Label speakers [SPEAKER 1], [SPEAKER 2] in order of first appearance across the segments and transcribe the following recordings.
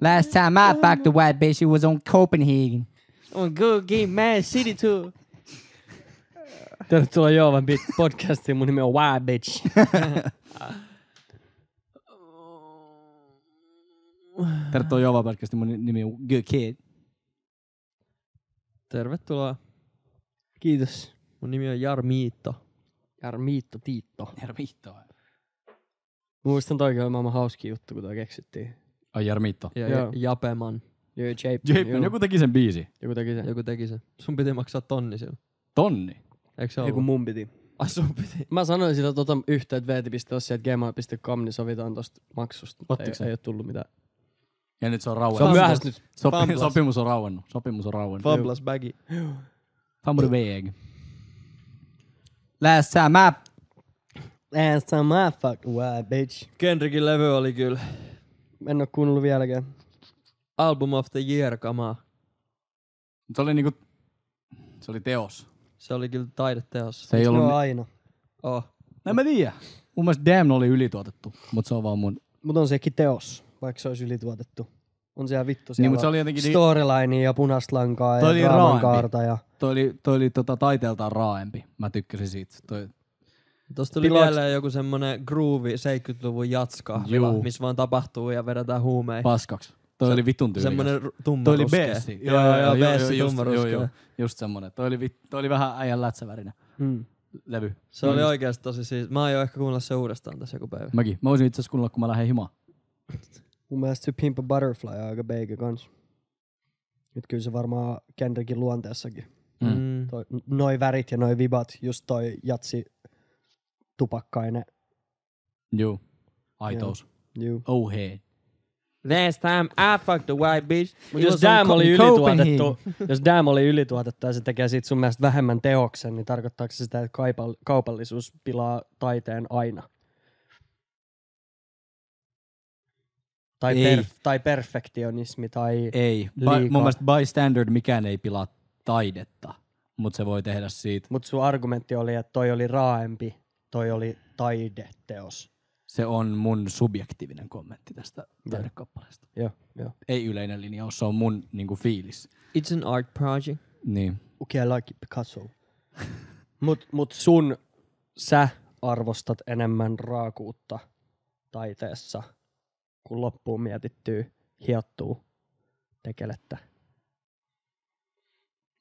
[SPEAKER 1] Last time I fucked a white bitch, it was on Copenhagen.
[SPEAKER 2] On Go Game Man City Tour.
[SPEAKER 3] Tervetuloa Joovan Bit podcastiin. Mun nimi on Wild Bitch.
[SPEAKER 1] Tervetuloa Jova podcastin, mun nimi on Good Kid.
[SPEAKER 2] Tervetuloa. Kiitos. Mun nimi on Jarmiitto.
[SPEAKER 3] Jarmiitto Tiitto.
[SPEAKER 1] Jarmitto.
[SPEAKER 3] Mä muistan toikin oli maailman hauski juttu, kun toi keksittiin.
[SPEAKER 1] Ai Jarmitto.
[SPEAKER 2] Ja
[SPEAKER 3] Joo.
[SPEAKER 2] Joo. Japeman.
[SPEAKER 3] Joo, Jape.
[SPEAKER 1] Jeep, joku teki sen biisi.
[SPEAKER 3] joku teki sen.
[SPEAKER 2] Joku teki sen. Sun piti maksaa tonni sillä.
[SPEAKER 1] Tonni.
[SPEAKER 2] Eikö se
[SPEAKER 3] Joku
[SPEAKER 2] ollut?
[SPEAKER 3] mun piti.
[SPEAKER 2] Ai sun piti.
[SPEAKER 3] Mä sanoin sillä tota yhtä, että vt.os ja gmail.com, niin sovitaan tosta maksusta. mutta
[SPEAKER 1] Ottiko se? Äh.
[SPEAKER 3] Ei, ei ole tullut mitään.
[SPEAKER 1] Ja nyt se on rauennut.
[SPEAKER 3] Se on myöhässä nyt.
[SPEAKER 1] Sopi,
[SPEAKER 2] Famblas.
[SPEAKER 1] sopimus on rauennut. Sopimus on rauennut.
[SPEAKER 2] Fablas bagi.
[SPEAKER 1] Famur väg. Last time I...
[SPEAKER 3] Last time I fuck wild bitch.
[SPEAKER 2] Kendrickin levy oli kyllä.
[SPEAKER 3] En oo kuunnellut vieläkään.
[SPEAKER 2] Album of the year kamaa.
[SPEAKER 1] Se oli niinku... Se oli teos.
[SPEAKER 2] Se oli kyllä taideteos.
[SPEAKER 1] Se ei
[SPEAKER 3] No
[SPEAKER 1] ollut...
[SPEAKER 3] aina.
[SPEAKER 2] Oh.
[SPEAKER 1] No mä tiedä. Mun mielestä Damn oli ylituotettu, mutta se on vaan mun...
[SPEAKER 3] Mutta on sekin teos, vaikka se olisi ylituotettu. On siellä vittu siellä
[SPEAKER 1] Niin, mutta se oli jotenkin... Sto-
[SPEAKER 3] storyline ja punaista lankaa
[SPEAKER 1] Toi oli
[SPEAKER 3] ja draaman
[SPEAKER 1] raaempi.
[SPEAKER 3] kaarta ja
[SPEAKER 1] toi oli, toi oli tota, taiteeltaan raaempi. Mä tykkäsin siitä. Toi,
[SPEAKER 2] Tuosta tuli
[SPEAKER 3] Pilaks-
[SPEAKER 2] mieleen joku semmonen groovy 70-luvun jatska,
[SPEAKER 1] Juu.
[SPEAKER 2] missä vaan tapahtuu ja vedetään huumeita.
[SPEAKER 1] paskaksi. Toi oli vitun tyylikäs.
[SPEAKER 2] Semmonen ru- tumma
[SPEAKER 1] Toi oli
[SPEAKER 2] ruskea.
[SPEAKER 1] beessi.
[SPEAKER 2] Joo, joo, joo, beessi
[SPEAKER 1] just,
[SPEAKER 2] tumma
[SPEAKER 1] joo,
[SPEAKER 2] ruskea.
[SPEAKER 1] joo, just semmonen. Toi oli, vit, toi oli vähän äijän lätsävärinen
[SPEAKER 3] mm.
[SPEAKER 1] levy.
[SPEAKER 2] Se
[SPEAKER 1] Mm.
[SPEAKER 2] oli oikeesti tosi siis. Mä aion ehkä kuunnella se uudestaan tässä joku päivä.
[SPEAKER 1] Mäkin. Mä voisin itse asiassa kuunnella, kun mä lähden himaan.
[SPEAKER 3] mun mielestä se Pimp a Butterfly on aika beikä kans. Nyt kyllä se varmaan Kendrickin luonteessakin.
[SPEAKER 1] Mm.
[SPEAKER 2] Mm.
[SPEAKER 3] Toi, noi värit ja noi vibat, just toi jatsi tupakkainen.
[SPEAKER 1] Joo. Aitous.
[SPEAKER 3] Juu.
[SPEAKER 1] Oh hei.
[SPEAKER 2] Last time I fucked the white bitch.
[SPEAKER 3] Mut jos Damn oli ylituotettu, jos Damn oli ylituotettu ja se tekee siitä sun mielestä vähemmän teoksen, niin tarkoittaako se sitä, että kaipal- kaupallisuus pilaa taiteen aina? Tai,
[SPEAKER 1] Ei.
[SPEAKER 3] per- tai perfektionismi tai...
[SPEAKER 1] Ei. Ba-
[SPEAKER 3] Liikaa.
[SPEAKER 1] mun mielestä bystander mikään ei pilaa taidetta, mutta se voi tehdä siitä.
[SPEAKER 3] Mutta sun argumentti oli, että toi oli raaempi, toi oli taideteos.
[SPEAKER 1] Se on mun subjektiivinen kommentti tästä taidekappaleesta.
[SPEAKER 3] Joo, joo.
[SPEAKER 1] Ei yleinen linjaus, se on mun niinku, fiilis.
[SPEAKER 2] It's an art project.
[SPEAKER 1] Niin.
[SPEAKER 3] Okay, I like Picasso. Mut, mut sun, sä arvostat enemmän raakuutta taiteessa, kun loppuun mietittyy, hiottuu, tekelettä.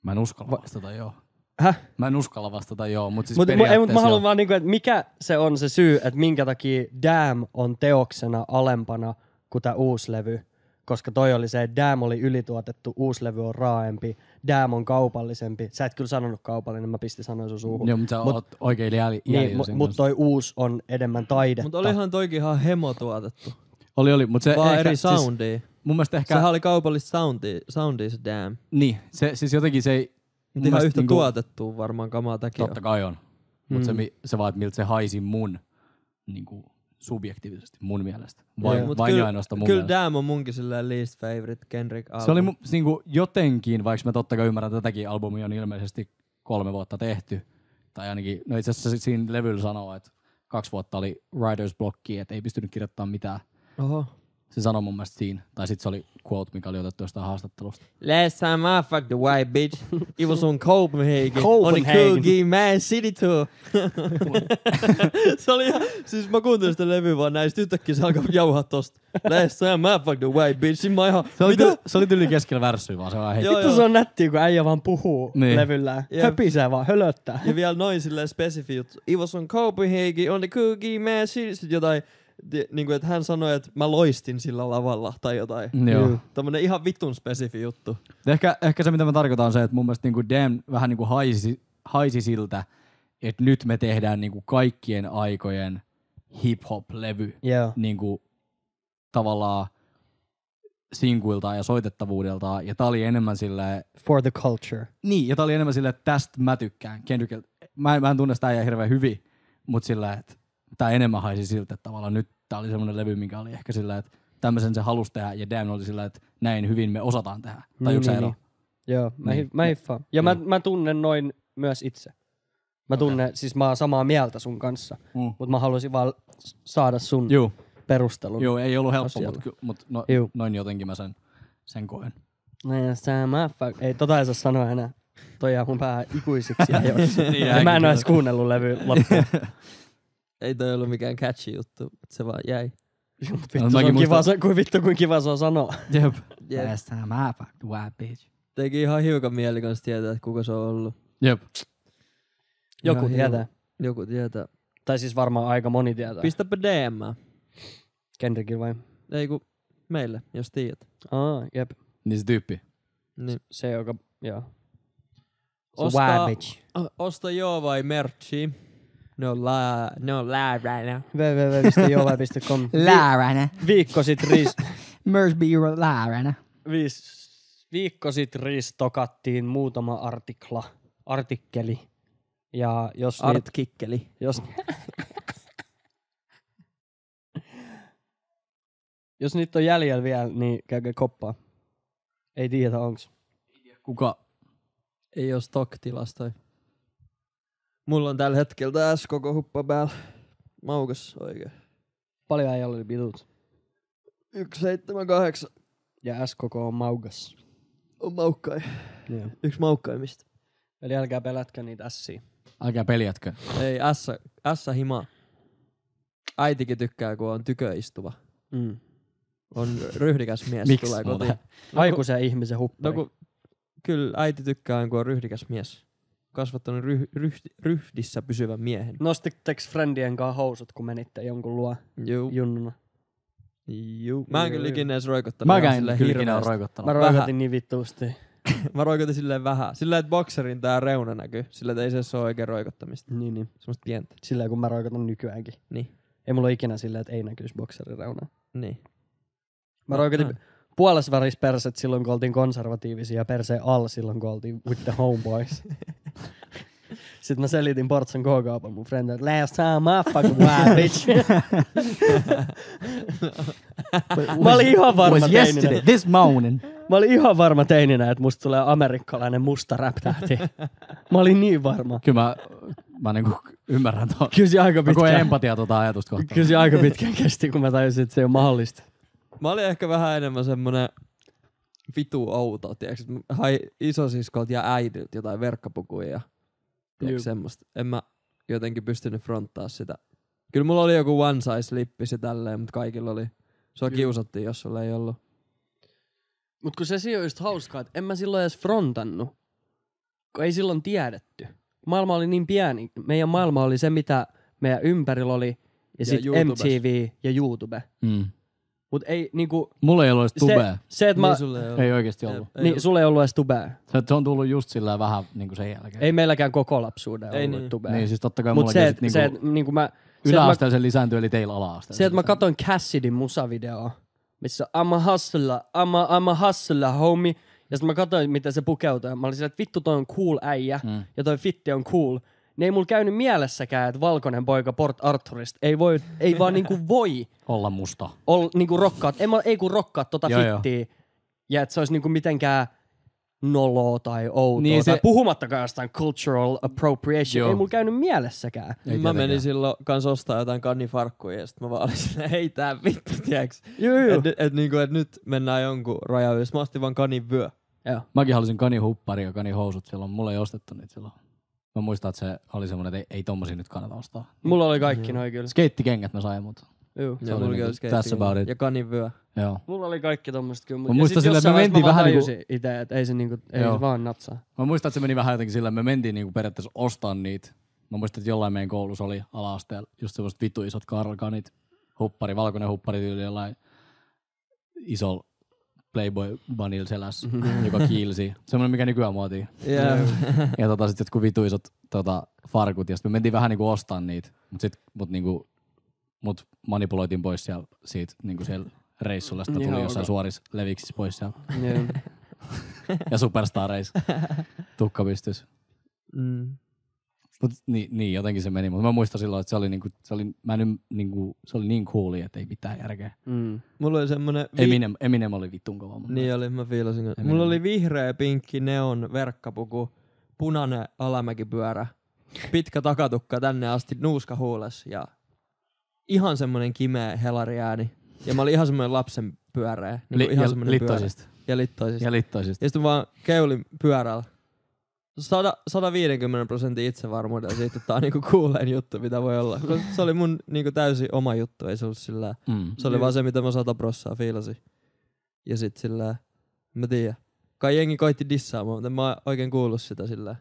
[SPEAKER 1] Mä en uskalla
[SPEAKER 3] Va-
[SPEAKER 1] vastata joo.
[SPEAKER 3] Häh?
[SPEAKER 1] Mä en uskalla vastata joo, mutta siis
[SPEAKER 3] Mut, mu- ei, mut mä
[SPEAKER 1] periaatteessa
[SPEAKER 3] haluan
[SPEAKER 1] joo.
[SPEAKER 3] vaan, niinku, että mikä se on se syy, että minkä takia Damn on teoksena alempana kuin tämä uusi levy. Koska toi oli se, että Damn oli ylituotettu, uusi levy on raaempi, Damn on kaupallisempi. Sä et kyllä sanonut kaupallinen, mä pistin sanoin sun suuhun.
[SPEAKER 1] Joo, mutta sä
[SPEAKER 3] Mut-
[SPEAKER 1] oot oikein jäljellä.
[SPEAKER 3] Niin, mu- mutta toi uusi on enemmän taidetta.
[SPEAKER 2] Mutta olihan toikin ihan hemotuotettu.
[SPEAKER 1] Oli, oli, mutta se
[SPEAKER 2] Vaan
[SPEAKER 1] ehkä,
[SPEAKER 2] eri
[SPEAKER 1] Siis,
[SPEAKER 2] soundia. Siis,
[SPEAKER 1] mun mielestä ehkä,
[SPEAKER 2] Sehän oli kaupallista soundia, soundia se damn.
[SPEAKER 1] niin, se, siis jotenkin se
[SPEAKER 3] Niin,
[SPEAKER 1] ei... mun
[SPEAKER 2] Mutta ihan
[SPEAKER 1] mielestä
[SPEAKER 2] yhtä
[SPEAKER 3] tuota.
[SPEAKER 2] niinku... tuotettua varmaan kamaa takia.
[SPEAKER 1] Totta kai on. Mutta se,
[SPEAKER 2] Mm.
[SPEAKER 1] mi- se vaan, että miltä se haisi mun niinku, subjektiivisesti mun mielestä. Vain,
[SPEAKER 2] Mut
[SPEAKER 1] vain
[SPEAKER 2] kyllä-
[SPEAKER 1] ja ainoastaan mun
[SPEAKER 2] Kyllä
[SPEAKER 1] mielestä.
[SPEAKER 2] damn on munkin silleen least favorite Kendrick album.
[SPEAKER 1] Se oli mu- niinku, jotenkin, vaikka mä totta kai ymmärrän, että tätäkin albumia on ilmeisesti kolme vuotta tehty, tai ainakin, no itse asiassa siinä levyllä sanoo, että kaksi vuotta oli writer's blocki, että ei pystynyt kirjoittamaan mitään.
[SPEAKER 2] Oho.
[SPEAKER 1] Se sanoi mun mielestä siinä. Tai sitten se oli quote, mikä oli otettu jostain haastattelusta.
[SPEAKER 2] Last time I fucked the white bitch, it was on Copenhagen, on the
[SPEAKER 3] Copenhagen.
[SPEAKER 2] Cool Game Man City Tour. se oli ihan, siis mä kuuntelin sitä levyä vaan näistä yhtäkkiä se alkaa jauhaa tosta. Last time I fucked the white bitch, Siinä mä ihan,
[SPEAKER 1] Se oli,
[SPEAKER 2] mitä?
[SPEAKER 1] tyli, se oli tyli keskellä värssyä, vaan se vaan heitti.
[SPEAKER 2] Joo,
[SPEAKER 3] Vittu
[SPEAKER 2] joo.
[SPEAKER 3] se on nättiä, kun äijä vaan puhuu
[SPEAKER 1] Niin.
[SPEAKER 3] niin. levyllään.
[SPEAKER 2] Jep.
[SPEAKER 3] Höpisee vaan, hölöttää.
[SPEAKER 2] Ja vielä noin silleen spesifi juttu. It was on Copenhagen, on the Cool Game Man City, sit jotain. ti- Niinku, että hän sanoi, että mä loistin sillä lavalla tai jotain.
[SPEAKER 1] Joo.
[SPEAKER 3] Juu.
[SPEAKER 2] Tämmönen ihan vitun spesifi juttu.
[SPEAKER 1] Ehkä, ehkä se, mitä mä tarkoitan, on se, että mun mielestä niin Dan vähän niin kuin haisi, haisi siltä, että nyt me tehdään niin kuin kaikkien aikojen hip-hop-levy
[SPEAKER 3] Joo.
[SPEAKER 1] niin kuin, tavallaan sinkuiltaan ja soitettavuudeltaan. Ja tää oli enemmän silleen,
[SPEAKER 3] For the culture.
[SPEAKER 1] Niin, ja tää oli enemmän silleen, että tästä mä tykkään Kendrickilta. Mä, en- mä en tunne sitä äijää hirveän hyvin, mutta sillä, että tää enemmän haisi siltä, että tavallaan nyt tää oli semmoinen levy, mikä oli ehkä sillä, että tämmöisen se halusi tehdä, ja Dan oli sillä, että näin hyvin me osataan tehdä. Tai niin, niin, niin.
[SPEAKER 3] Joo, mä,
[SPEAKER 1] Niin.
[SPEAKER 3] niin. mä hiffaan. Ja mä, mä tunnen noin myös itse. Mä tunnen, siis mä oon samaa mieltä sun kanssa,
[SPEAKER 1] Mm.
[SPEAKER 3] mutta mä haluaisin vaan s- saada sun
[SPEAKER 1] Juu,
[SPEAKER 3] perustelun.
[SPEAKER 1] Joo, ei ollut helppo,
[SPEAKER 3] Asialla.
[SPEAKER 1] mutta mut no,
[SPEAKER 3] Juu.
[SPEAKER 1] noin jotenkin mä sen, sen koen.
[SPEAKER 3] No ja sama fuck. Ei tota ei saa sanoa enää. Toi jää mun päähän ikuisiksi ajoiksi.
[SPEAKER 1] Niin
[SPEAKER 3] ja mä en
[SPEAKER 1] jääkin.
[SPEAKER 3] ole edes kuunnellut levy loppuun.
[SPEAKER 2] Ei toi ollut mikään catchy juttu, mutta se vaan jäi.
[SPEAKER 3] Juu, mut
[SPEAKER 1] No,
[SPEAKER 3] vittu, se
[SPEAKER 1] mäkin
[SPEAKER 3] on kiva,
[SPEAKER 1] muistan-
[SPEAKER 3] se, kuin vittu kuin kiva se on sanoa.
[SPEAKER 1] Jep.
[SPEAKER 2] Jep.
[SPEAKER 1] Yes, mä fuck the white bitch.
[SPEAKER 2] Teki ihan hiukan mieli kanssa tietää, että kuka se on ollut.
[SPEAKER 1] Jep.
[SPEAKER 3] Joku
[SPEAKER 2] Ihan hiu-
[SPEAKER 3] tietää.
[SPEAKER 2] Joku tietää.
[SPEAKER 3] Tai siis varmaan aika moni tietää. Pist-
[SPEAKER 2] Pistäpä DM.
[SPEAKER 3] Kendrickil vai?
[SPEAKER 2] Ei kun meille, jos tiedät.
[SPEAKER 3] Aa, jep.
[SPEAKER 1] Niin se tyyppi.
[SPEAKER 2] Niin.
[SPEAKER 3] Se joka, joo. Se
[SPEAKER 2] Ostaa-
[SPEAKER 3] wild bitch.
[SPEAKER 2] O- Osta joo vai merchi? No la, no la right now.
[SPEAKER 3] www.jova.com Vi-
[SPEAKER 1] Lääränä.
[SPEAKER 3] Viikko sit Riis,
[SPEAKER 1] Mersby lääränä.
[SPEAKER 3] viis, viikko sit Riis tokattiin muutama artikla, artikkeli. Ja jos niitä-
[SPEAKER 2] Artkikkeli.
[SPEAKER 3] Jos, jos niitä on jäljellä vielä, niin käykää koppaa. Ei tiedä onks.
[SPEAKER 1] Kuka?
[SPEAKER 2] Ei oo stock-tilastoi. Mulla on tällä hetkellä tässä koko huppa päällä. Maukas oikein.
[SPEAKER 3] Paljon ei ole pitut.
[SPEAKER 2] 178
[SPEAKER 3] Ja SKK on maukas.
[SPEAKER 2] on maukkai.
[SPEAKER 3] Joo.
[SPEAKER 2] Yksi maukkaimmista.
[SPEAKER 3] Eli älkää pelätkö niitä ässiä.
[SPEAKER 1] Älkää peljätkö.
[SPEAKER 2] Ei, S, S hima. Äitikin tykkää, kun on tyköistuva.
[SPEAKER 3] Mm.
[SPEAKER 2] On ryhdikäs mies,
[SPEAKER 1] Miksi
[SPEAKER 2] tulee
[SPEAKER 1] muuten?
[SPEAKER 2] kotiin.
[SPEAKER 3] Aikuisen ihmisen
[SPEAKER 2] No
[SPEAKER 3] huppari.
[SPEAKER 2] kun, kyllä äiti tykkää, kun on ryhdikäs mies. Kasvattanut ryh, ryh, ryhdissä pysyvän miehen.
[SPEAKER 3] Nostitteko friendien kanssa housut, kun menitte jonkun luo
[SPEAKER 2] Juu.
[SPEAKER 3] junnuna?
[SPEAKER 2] Juu. Mä en
[SPEAKER 3] Juu,
[SPEAKER 2] kyllä
[SPEAKER 3] juu.
[SPEAKER 2] ikinä edes roikottanut.
[SPEAKER 1] Mä
[SPEAKER 2] ihan
[SPEAKER 1] käyn
[SPEAKER 2] silleen
[SPEAKER 1] kyllä ikinä ole
[SPEAKER 2] hirveästi.
[SPEAKER 1] roikottanut.
[SPEAKER 3] Mä
[SPEAKER 2] Vähän.
[SPEAKER 3] roikotin niin vittuusti.
[SPEAKER 2] Mä roikotin silleen vähän. Silleen, että bokserin tää reuna näkyy. Sillä että ei se ole oikein roikottamista.
[SPEAKER 3] Niin, niin.
[SPEAKER 2] Semmosta pientä.
[SPEAKER 3] Sillä kun mä roikotan nykyäänkin.
[SPEAKER 2] Niin.
[SPEAKER 3] Ei mulla ole ikinä silleen, että ei näkyisi bokserireunaa.
[SPEAKER 2] Niin.
[SPEAKER 3] Mä roikotin puolessa välissä perset silloin, kun oltiin konservatiivisia, ja perseen alla silloin, kun oltiin with the homeboys. Sitten mä selitin Portsan K-kaupan mun friendille, että last time I fucking wild bitch. mä olin ihan varma
[SPEAKER 1] Was
[SPEAKER 3] teininä.
[SPEAKER 1] yesterday, this morning.
[SPEAKER 3] Mä olin ihan varma teininä, että musta tulee amerikkalainen musta rap Mä olin niin varma.
[SPEAKER 1] Kyllä mä, mä niinku ymmärrän tuon.
[SPEAKER 3] Kyllä se aika
[SPEAKER 1] Mä koen
[SPEAKER 3] pitkään,
[SPEAKER 1] empatiaa tuota ajatusta kohtaan.
[SPEAKER 3] kyllä se aika pitkään kesti, kun mä tajusin, että se ei ole mahdollista.
[SPEAKER 2] Mä olin ehkä vähän enemmän semmonen vitu outo, tiiäks. että mä Hain isosiskolta ja äidiltä jotain verkkapukuja ja
[SPEAKER 3] Juu.
[SPEAKER 2] tiiäks, semmoista. En mä jotenkin pystynyt fronttaa sitä. Kyllä mulla oli joku one size lippisi tälleen, mutta kaikilla oli. Sua
[SPEAKER 3] Juu.
[SPEAKER 2] kiusattiin, jos sulla ei ollut.
[SPEAKER 3] Mut kun se siinä on just hauskaa, että en mä silloin edes frontannut, kun ei silloin tiedetty. Maailma oli niin pieni. Meidän maailma oli se, mitä meidän ympärillä oli, ja,
[SPEAKER 2] Ja
[SPEAKER 3] sit
[SPEAKER 2] YouTubessa.
[SPEAKER 3] MTV ja YouTube.
[SPEAKER 1] Mm.
[SPEAKER 3] Mut ei niinku...
[SPEAKER 1] Mulla ei ollut edes
[SPEAKER 3] Se,
[SPEAKER 1] tubea.
[SPEAKER 3] se että
[SPEAKER 2] niin
[SPEAKER 3] mä... Niin,
[SPEAKER 2] sulla ei ollut.
[SPEAKER 1] Ei oikeesti ollut.
[SPEAKER 2] ei,
[SPEAKER 3] niin
[SPEAKER 2] ollut.
[SPEAKER 3] sulle ei ollut edes tubea.
[SPEAKER 1] Se, se on tullut just sillä vähän niinku sen jälkeen.
[SPEAKER 3] Ei meilläkään koko lapsuuden
[SPEAKER 2] Ei
[SPEAKER 3] ei ollut
[SPEAKER 2] niin.
[SPEAKER 3] niin. tubea.
[SPEAKER 1] Niin,
[SPEAKER 3] Niin,
[SPEAKER 1] siis totta kai
[SPEAKER 3] Mut
[SPEAKER 1] mulla
[SPEAKER 3] se,
[SPEAKER 1] se,
[SPEAKER 3] että
[SPEAKER 1] niinku
[SPEAKER 3] se, et, niinku mä... Se, että mä,
[SPEAKER 1] yläasteella se lisääntyy, eli teillä ala-asteella.
[SPEAKER 3] se, että mä katon Cassidin musavideoa, missä on, I'm a hustler, I'm a, I'm a hustler, homie. Ja sitten mä katsoin, miten se pukeutuu. ja Mä olin sillä, että vittu toi on cool äijä.
[SPEAKER 1] Mm.
[SPEAKER 3] ja toi fitti on cool, niin ei mulla käynyt mielessäkään, että valkoinen poika Port Arthurista ei, voi, ei vaan niinku voi
[SPEAKER 1] Olla musta.
[SPEAKER 3] olla niinku rokkaat, ei, mä- ei kun rokkaat tota
[SPEAKER 1] Joo, joo.
[SPEAKER 3] fittiä, ja että se olisi niinku mitenkään noloa tai outoa, niin
[SPEAKER 1] Niin
[SPEAKER 3] tai
[SPEAKER 1] se-
[SPEAKER 3] puhumattakaan jostain cultural appropriation,
[SPEAKER 1] Joo.
[SPEAKER 3] ei mulla käynyt mielessäkään.
[SPEAKER 1] Ei
[SPEAKER 2] Mä menin
[SPEAKER 1] tietenkään.
[SPEAKER 2] silloin kans ostaa jotain kannifarkkuja ja sit mä vaan olin silleen, ei tää vittu, tiiäks.
[SPEAKER 3] Joo, joo.
[SPEAKER 2] Et, et, niinku, et nyt mennään jonkun rajan yli. Sit Mä ostin vaan kanin vyö.
[SPEAKER 1] Niin,
[SPEAKER 3] joo.
[SPEAKER 1] Mäkin halusin kanihuppari ja kanihousut silloin. Mulla ei ostettu niitä silloin. Mä muistan, että se oli semmoinen, että ei, ei tommosia nyt kannata ostaa.
[SPEAKER 3] Mulla oli kaikki noin kyllä.
[SPEAKER 1] Skeittikengät mä sain, mutta
[SPEAKER 3] Joo.
[SPEAKER 1] Se oli
[SPEAKER 2] mulla
[SPEAKER 1] niinku
[SPEAKER 2] oli skeitti-
[SPEAKER 1] that's about it.
[SPEAKER 2] Ja kanin vyö.
[SPEAKER 1] joo.
[SPEAKER 3] Mulla oli kaikki tommoset kyllä.
[SPEAKER 1] Mä muistan sillä, että me mentiin vähän niinku-
[SPEAKER 3] niinku... Ite, että ei se, niinku, ei
[SPEAKER 1] Joo.
[SPEAKER 3] se vaan natsaa.
[SPEAKER 1] Mä muistan, että se meni vähän jotenkin sillä, että me mentiin niinku periaatteessa ostaa niitä. Mä muistan, että jollain meidän koulussa oli ala-asteella just semmoiset vitu isot karlkanit, huppari, valkoinen huppari tyyli jollain isolla Playboy Bunil selässä, joka kiilsi. Semmoinen, mikä nykyään muotiin.
[SPEAKER 2] Yeah.
[SPEAKER 1] ja tota sit jotkut vitu isot tota, farkut, ja sit me mentiin vähän niinku ostaa niitä, mut sit mut niinku, mut manipuloitiin pois siellä, siitä niinku siellä reissulla, sitä tuli
[SPEAKER 3] Joo,
[SPEAKER 1] jossain
[SPEAKER 3] okei.
[SPEAKER 1] suorissa leviksissä pois siellä,
[SPEAKER 3] Joo.
[SPEAKER 1] ja superstareissa, tukka pystys.
[SPEAKER 2] Mm.
[SPEAKER 1] Mut niin, niin, jotenkin se meni, mut mä muistan silloin, että se oli niinku, se oli, mä en, niinku, se oli niin cooli, että ei mitään järkeä.
[SPEAKER 3] Mm.
[SPEAKER 2] Mulla oli semmonen... vi-
[SPEAKER 1] Eminem, Eminem oli vitun kova. mun
[SPEAKER 2] Niin oli, mä fiilasin. kun-
[SPEAKER 1] Eminem.
[SPEAKER 2] Mulla oli vihreä, pinkki, neon, verkkapuku, punainen alamäkipyörä, pitkä takatukka tänne asti, nuuska huules ja ihan semmonen kimeä helariääni. Ja mä olin ihan semmonen lapsen pyöreä. Niin
[SPEAKER 1] Li-
[SPEAKER 2] ihan
[SPEAKER 1] ja
[SPEAKER 2] semmonen
[SPEAKER 1] littoisista.
[SPEAKER 2] Pyörä. Ja littoisista. Ja,
[SPEAKER 1] Ja littoisista.
[SPEAKER 2] ja sitten vaan keulin pyörällä. Sada, 150 prosentin itsevarmuudella siitä, että tää on niinku kuuleen juttu, mitä voi olla. Koska se oli mun niinku täysin oma juttu, ei se ollut sillä.
[SPEAKER 1] Mm.
[SPEAKER 2] Se oli vaan se, mitä mä sata prossaa fiilasin. Ja sit sillä, mä tiedä. Kai jengi koitti dissaa mua, mutta en mä oikein kuullut sitä sillä.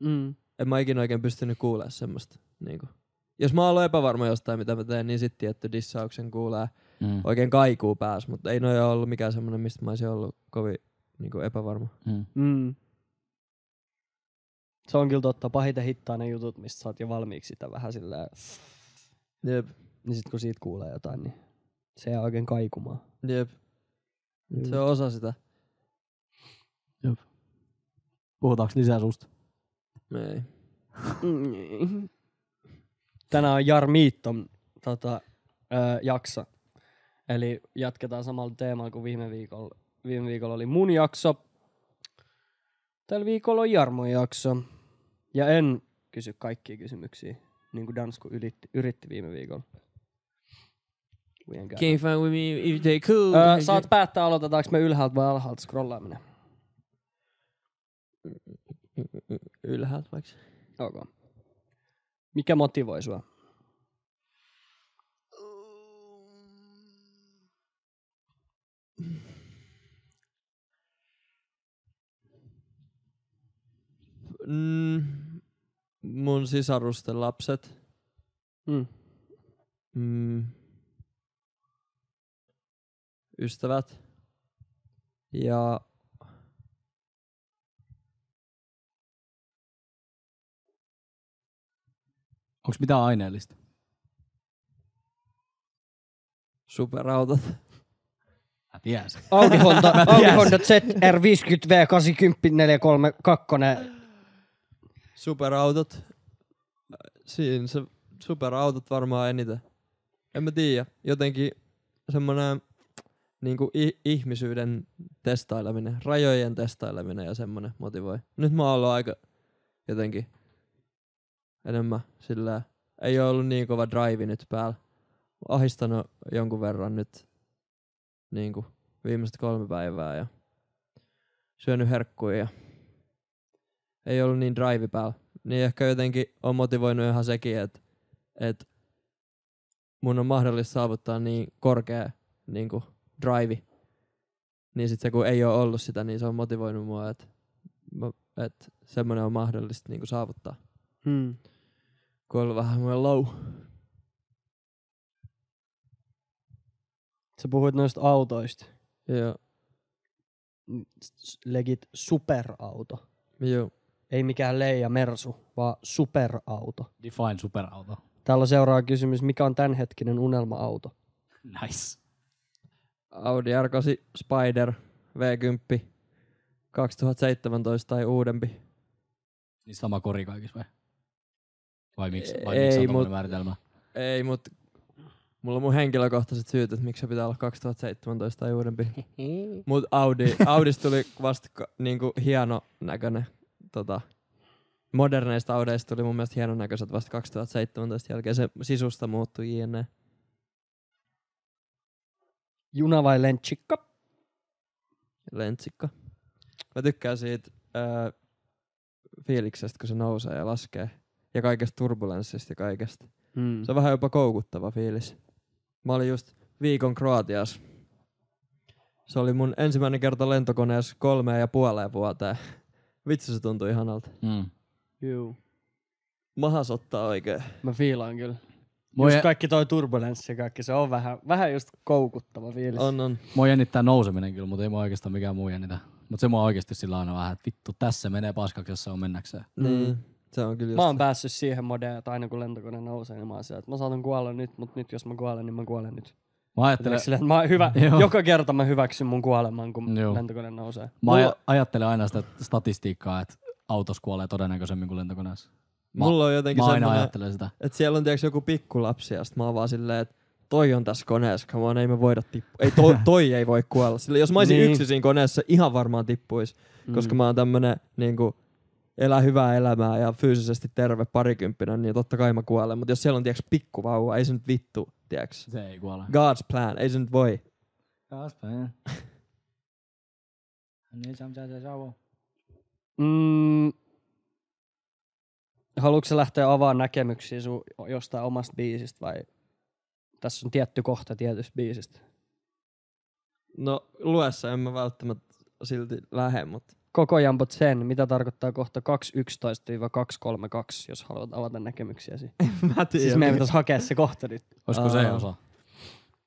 [SPEAKER 3] Mm.
[SPEAKER 2] en mä ikinä oikein pystynyt kuulemaan semmoista. Niin Jos mä oon ollut epävarma jostain, mitä mä teen, niin sitten tietty dissauksen kuulee.
[SPEAKER 1] Mm.
[SPEAKER 2] Oikein kaikuu pääs, mutta ei noja ollut mikään semmoinen, mistä mä olisin ollut kovin niin epävarma.
[SPEAKER 1] Mm.
[SPEAKER 3] Mm. Se on kyllä totta. Pahiten hittaa ne jutut, mistä sä oot jo valmiiksi sitä vähän sillä
[SPEAKER 2] Jep,
[SPEAKER 3] Niin sit kun siitä kuulee jotain, niin se jää oikein kaikumaan.
[SPEAKER 2] jep. Se on osa sitä.
[SPEAKER 1] Puhutaanko lisää susta?
[SPEAKER 2] Ei.
[SPEAKER 3] Mm. Tänään on Jarmiitton tota, ö, jakso. Eli jatketaan samalla teemalla kuin viime viikolla. Viime viikolla oli mun jakso. Tällä viikolla on Jarmon jakso. Ja en kysy kaikkia kysymyksiä, niin kuin Dansku ylitti, yritti viime viikolla. Ujen käy.
[SPEAKER 2] find with me if they could.
[SPEAKER 1] Uh,
[SPEAKER 3] Öö, saat päättää, aloitetaanko me ylhäältä vai alhaalta scrollaaminen.
[SPEAKER 2] Ylhäältä vaikka.
[SPEAKER 3] Okay. Mikä motivoi sua?
[SPEAKER 2] Mm, mun sisarusten lapset.
[SPEAKER 3] Mm.
[SPEAKER 2] Mm. Ystävät. Ja...
[SPEAKER 1] Onko mitään aineellista?
[SPEAKER 2] superautot.
[SPEAKER 1] Mä tiedän sen.
[SPEAKER 3] Audi Honda,
[SPEAKER 1] Mä
[SPEAKER 3] Audi
[SPEAKER 1] tiedän
[SPEAKER 3] Honda ZR50V 80432.
[SPEAKER 2] Superautot. Äh, Siinä se superautot varmaan eniten. En mä tiedä. Jotenkin semmonen niinku i- ihmisyyden testaileminen, rajojen testaileminen ja semmonen motivoi. Nyt mä oon ollut aika jotenkin enemmän sillä ei ole ollut niin kova drive nyt päällä. Ahistanut jonkun verran nyt niinku viimeiset kolme päivää ja syönyt herkkuja ja ei ollut niin drive päällä. Niin ehkä jotenkin on motivoinut ihan sekin, että, että mun on mahdollista saavuttaa niin korkea niin kuin drive. Niin sit se kun ei ole ollut sitä, niin se on motivoinut mua, että, mä- että semmoinen on mahdollista niin kuin saavuttaa.
[SPEAKER 3] Hmm.
[SPEAKER 2] Kun on ollut vähän semmoinen low.
[SPEAKER 3] Sä puhuit noista autoista.
[SPEAKER 2] Joo,
[SPEAKER 3] S- Legit superauto.
[SPEAKER 2] joo.
[SPEAKER 3] Ei mikään Leija Mersu, vaan superauto.
[SPEAKER 1] Define superauto.
[SPEAKER 3] Täällä on seuraava kysymys. Mikä on tämänhetkinen unelma-auto?
[SPEAKER 1] Nice.
[SPEAKER 2] Audi R8 Spider V10 2017 tai uudempi.
[SPEAKER 1] Niin sama kori kaikissa vai? Vai miksi, vai
[SPEAKER 2] Ei,
[SPEAKER 1] miksi on
[SPEAKER 2] mut-
[SPEAKER 1] mut... määritelmä?
[SPEAKER 2] Ei, mut mulla on mun henkilökohtaiset syyt, että miksi se pitää olla 2017 tai uudempi. Mut Audi, Audista tuli vasta ka- niinku hieno näköinen. Tota, moderneista Audeista tuli mun mielestä hienon näköiset vasta 2017 jälkeen. Se sisusta muuttui jne.
[SPEAKER 3] Juna vai lentsikka?
[SPEAKER 2] Lentsikka. Mä tykkään siitä ää, fiiliksestä, kun se nousee ja laskee. Ja kaikesta turbulenssista ja kaikesta.
[SPEAKER 3] Hmm.
[SPEAKER 2] Se on vähän jopa koukuttava fiilis. Mä olin just viikon Kroatiassa. Se oli mun ensimmäinen kerta lentokoneessa kolmeen ja puoleen vuoteen. Vitsi se tuntui ihanalta.
[SPEAKER 1] Mm.
[SPEAKER 3] Juu.
[SPEAKER 2] Mahas ottaa oikein.
[SPEAKER 3] Mä fiilaan kyllä.
[SPEAKER 1] Mua,
[SPEAKER 3] Just
[SPEAKER 1] je,
[SPEAKER 3] kaikki toi turbulenssi ja kaikki, se on vähän, vähän just koukuttava fiilis.
[SPEAKER 2] On, on.
[SPEAKER 1] mua jännittää nouseminen kyllä, mutta ei mua oikeastaan mikään muu jännitä. Mutta se mua oikeasti sillä aina vähän, että vittu, tässä menee paskaksi, jos se on mennäkseen.
[SPEAKER 2] Niin. Se on kyllä
[SPEAKER 3] Mä
[SPEAKER 2] just.
[SPEAKER 3] oon päässyt siihen modeen, että aina kun lentokone nousee, niin mä oon siellä, että mä saatan kuolla nyt, mutta nyt jos mä kuolen, niin mä kuolen nyt.
[SPEAKER 1] Mä ajattelen,
[SPEAKER 3] Jotenkin Silleen, että mä oon hyvä,
[SPEAKER 1] Joo.
[SPEAKER 3] joka kerta mä hyväksyn mun kuoleman, kun
[SPEAKER 1] Joo.
[SPEAKER 3] lentokone nousee.
[SPEAKER 1] mä aja-
[SPEAKER 2] Mulla-
[SPEAKER 1] ajattelen aina sitä statistiikkaa, että autossa kuolee todennäköisemmin kuin lentokoneessa. Mä-
[SPEAKER 2] Mulla on jotenkin
[SPEAKER 1] Mä aina
[SPEAKER 2] semmoinen,
[SPEAKER 1] ajattelen sitä.
[SPEAKER 2] että siellä on tiiäks, joku pikkulapsi ja sit mä oon vaan silleen, että toi on tässä koneessa, come on, ei me voida tippua. Ei, toi, toi ei voi kuolla. Sille, jos mä olisin
[SPEAKER 3] Niin. Mm.
[SPEAKER 2] niin. yksin siinä koneessa, ihan varmaan tippuis, mm. koska mä oon tämmönen niinku, elää hyvää elämää ja fyysisesti terve parikymppinen, niin totta kai mä kuolen. Mutta jos siellä on, tiiäks, pikkuvauva, ei se nyt vittu, tiiäks.
[SPEAKER 1] Se ei kuole.
[SPEAKER 2] God's plan, ei se nyt voi.
[SPEAKER 1] Kasper. Niin, sam, sam, sam, sam.
[SPEAKER 3] Mm. Haluatko sä lähteä avaamaan näkemyksiä sun jostain omasta biisistä vai tässä on tietty kohta tietystä biisistä?
[SPEAKER 2] No luessa en mä välttämättä silti lähe, mutta
[SPEAKER 3] Koko jampot sen, mitä tarkoittaa kohta 211-232, jos haluat avata näkemyksiäsi.
[SPEAKER 2] mä tiedän.
[SPEAKER 3] Siis meidän pitäisi hakea se kohta nyt.
[SPEAKER 1] Olisiko se
[SPEAKER 2] Aa.
[SPEAKER 1] osa?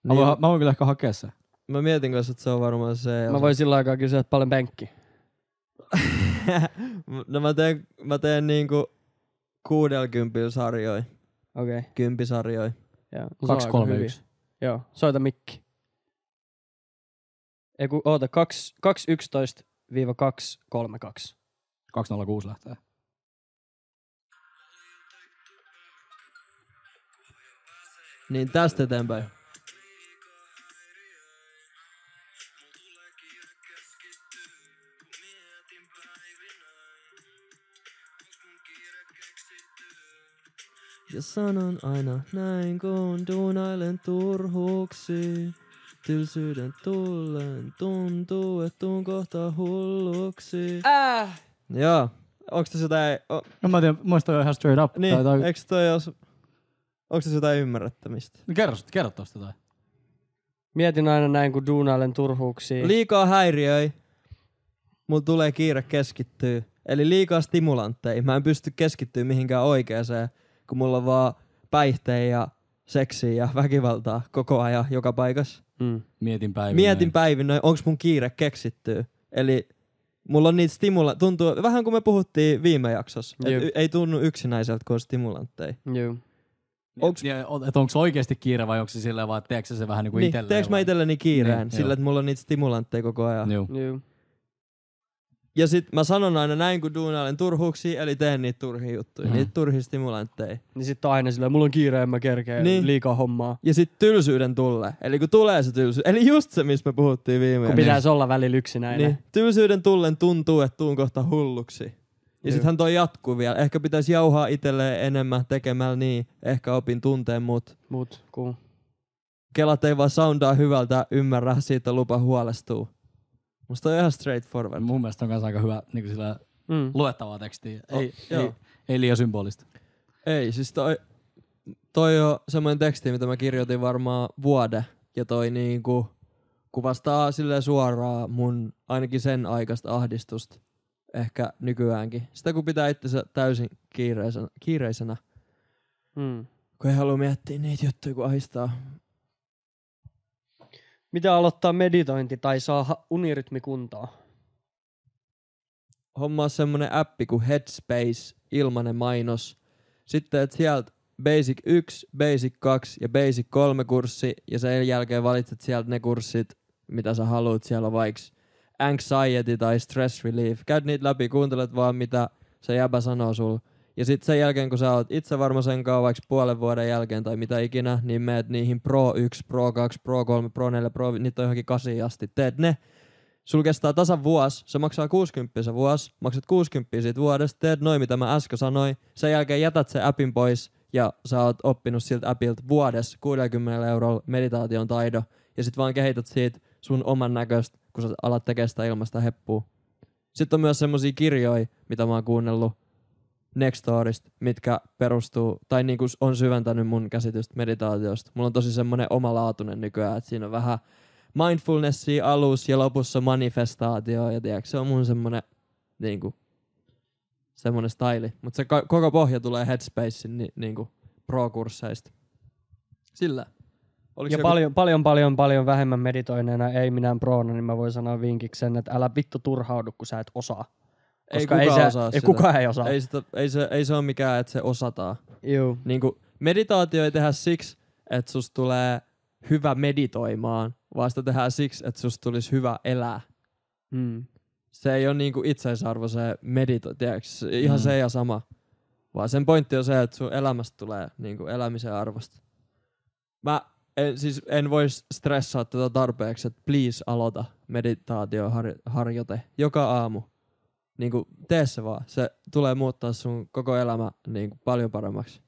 [SPEAKER 1] Mä voin,
[SPEAKER 2] niin,
[SPEAKER 1] mä voin kyllä ehkä hakea se.
[SPEAKER 2] mä mietin kanssa, että se on varmaan se.
[SPEAKER 3] Mä voin sillä aikaa kysyä, että paljon penkki.
[SPEAKER 2] no mä teen, mä teen niinku 60 sarjoja,
[SPEAKER 3] Okei. Okay.
[SPEAKER 2] kympisarjoja.
[SPEAKER 3] Joo.
[SPEAKER 1] Kaksi, kolme, yksi.
[SPEAKER 3] Joo, soita mikki. Ei kun, oota, 211-232.
[SPEAKER 1] 206 lähtee.
[SPEAKER 2] Niin tästä eteenpäin. Ja sanon aina näin, kun duunailen turhuuksi. Tylsyyden tullen tuntuu, että tuun kohta hulluksi.
[SPEAKER 3] Äh!
[SPEAKER 2] Joo. Onks tässä jotain... O,
[SPEAKER 1] No mä tiedän, muista on ihan straight up.
[SPEAKER 2] niin,
[SPEAKER 1] Tai, tai,
[SPEAKER 2] eiks toi jos... Onks tässä jotain ymmärrettämistä?
[SPEAKER 1] no, kerro, kerro tosta tai.
[SPEAKER 3] Mietin aina näin, kun duunailen
[SPEAKER 1] Niin.
[SPEAKER 3] turhuuksia.
[SPEAKER 2] Liikaa häiriöi. Mulla tulee kiire keskittyä. Eli liikaa stimulantteja. Mä en pysty keskittyä mihinkään oikeeseen, kun mulla on vaan päihteä ja seksiä ja väkivaltaa koko ajan joka paikassa.
[SPEAKER 3] mm.
[SPEAKER 1] Mietin päivin.
[SPEAKER 2] Mietin päivin, noin, onks mun kiire keskittyä. Eli mulla on niitä stimula... Tuntuu, vähän kuin me puhuttiin viime jaksossa,
[SPEAKER 3] Jep.
[SPEAKER 2] et y- ei tunnu yksinäiseltä, kun on stimulantteja.
[SPEAKER 3] Juu.
[SPEAKER 1] Onks... Että onko se oikeasti kiire vai onko se silleen vaan, että teekö se, se vähän niin kuin
[SPEAKER 2] Niin,
[SPEAKER 1] itselleen?
[SPEAKER 2] teeks mä
[SPEAKER 1] vai-
[SPEAKER 2] itselleni kiireen
[SPEAKER 1] Niin,
[SPEAKER 2] sillä,
[SPEAKER 1] joo.
[SPEAKER 2] että mulla on niitä stimulantteja koko ajan?
[SPEAKER 1] Juu.
[SPEAKER 3] Juu.
[SPEAKER 2] Ja sit mä sanon aina näin, kun duunailen turhuuksia, eli teen niitä turhia juttuja,
[SPEAKER 1] Mhm.
[SPEAKER 2] mm. niitä turhia stimulantteja.
[SPEAKER 3] Niin sitten on aina silleen, mulla on kiire, en mä kerkeä
[SPEAKER 2] Niin.
[SPEAKER 3] niin. liikaa hommaa.
[SPEAKER 2] Ja sit tylsyyden tulee, eli kun tulee se tylsyys, eli just se, mistä me puhuttiin viime
[SPEAKER 1] Niin.
[SPEAKER 3] Kun pitäisi olla välillä yksinäinen.
[SPEAKER 2] niin,
[SPEAKER 3] Niin.
[SPEAKER 2] Tylsyyden tullen tuntuu, että tuun kohta hulluksi. Ja
[SPEAKER 3] Juu.
[SPEAKER 2] sittenhän toi jatkuu vielä. Ehkä pitäisi jauhaa itselleen enemmän tekemällä niin. Ehkä opin tunteen, mut
[SPEAKER 3] Mut kun...
[SPEAKER 2] kelat ei vaan soundaa hyvältä, ymmärrä siitä lupa huolestuu. Musta on ihan straightforward.
[SPEAKER 1] Mun mielestä on myös aika hyvä niin kuin sillä
[SPEAKER 3] Mm.
[SPEAKER 1] luettavaa tekstiä.
[SPEAKER 2] Oh,
[SPEAKER 1] Ei,
[SPEAKER 2] joo.
[SPEAKER 1] ei, ei liian symbolista.
[SPEAKER 2] Ei, siis toi, toi on semmoinen teksti, mitä mä kirjoitin varmaan vuode. Ja toi niinku kuvastaa sille suoraan mun ainakin sen aikaista ahdistusta. Ehkä nykyäänkin. Sitä kun pitää itsensä täysin kiireisenä, kiireisenä
[SPEAKER 3] Mm.
[SPEAKER 2] kun ei halua miettiä niitä juttuja, kun ahistaa.
[SPEAKER 3] Mitä aloittaa meditointi tai saa unirytmikuntaa?
[SPEAKER 2] Hommaa semmonen appi kuin Headspace, ilmanen mainos. Sitten, että sieltä Basic 1, Basic 2 ja Basic 3 kurssi, ja sen jälkeen valitset sieltä ne kurssit, mitä sä haluat. Siellä on vaikka anxiety tai stress relief. Käyt niitä läpi, kuuntelet vaan, mitä se jäbä sanoo sul. Ja sitten sen jälkeen, kun sä oot itse varma sen kanssa vaikka puolen vuoden jälkeen tai mitä ikinä, niin meet niihin Pro 1, Pro 2, Pro 3, Pro 4, Pro 5, niitä on johonkin kasi asti. Teet ne. Sul kestää tasan vuosi, se maksaa 60 se vuosi, maksat 60 siitä vuodesta, teet noin mitä mä äsken sanoin, sen jälkeen jätät se appin pois ja sä oot oppinut siltä appilta vuodessa 60 eurolla meditaation taido ja sit vaan kehität siitä sun oman näköistä, kun sä alat tekemään sitä ilmasta heppua. Sitten on myös semmosia kirjoja, mitä mä oon kuunnellut Nextorista, mitkä perustuu, tai niinku s- on syventänyt mun käsitystä meditaatiosta. Mulla on tosi semmonen omalaatuinen nykyään, että siinä on vähän mindfulnessia alus ja lopussa manifestaatio, ja tiedätkö, se on mun semmonen niinku, semmonen staili. Mutta se ka- koko pohja tulee Headspacein ni- niinku pro-kursseista. Sillä. Oliko
[SPEAKER 3] ja
[SPEAKER 2] joku-
[SPEAKER 3] paljon, paljon, paljon, paljon vähemmän meditoineena, ei minä proona, niin mä voin sanoa vinkiksi sen, että älä vittu turhaudu, kun sä et osaa. Koska
[SPEAKER 2] kukaan
[SPEAKER 3] ei,
[SPEAKER 2] osaa
[SPEAKER 3] ei
[SPEAKER 2] sitä.
[SPEAKER 3] kukaan ei osaa.
[SPEAKER 2] Ei, sitä, ei, se, ei se ole mikään, että se osataan.
[SPEAKER 3] Juu.
[SPEAKER 2] Niin kuin, meditaatio ei tehdä siksi, että sus tulee hyvä meditoimaan, vaan sitä tehdään siksi, että sus tulisi hyvä elää.
[SPEAKER 3] Mm.
[SPEAKER 2] Se ei ole niin kuin itseisarvo se medito, tiedätkö? ihan
[SPEAKER 1] Mm.
[SPEAKER 2] se ja sama. Vaan sen pointti on se, että sun elämästä tulee niin kuin elämisen arvosta. Mä en, siis en voisi stressaa tätä tarpeeksi, että please aloita meditaatioharjoite joka aamu. niin kuin, tee se vaan. Se tulee muuttaa sun koko elämä niin kuin, paljon paremmaksi.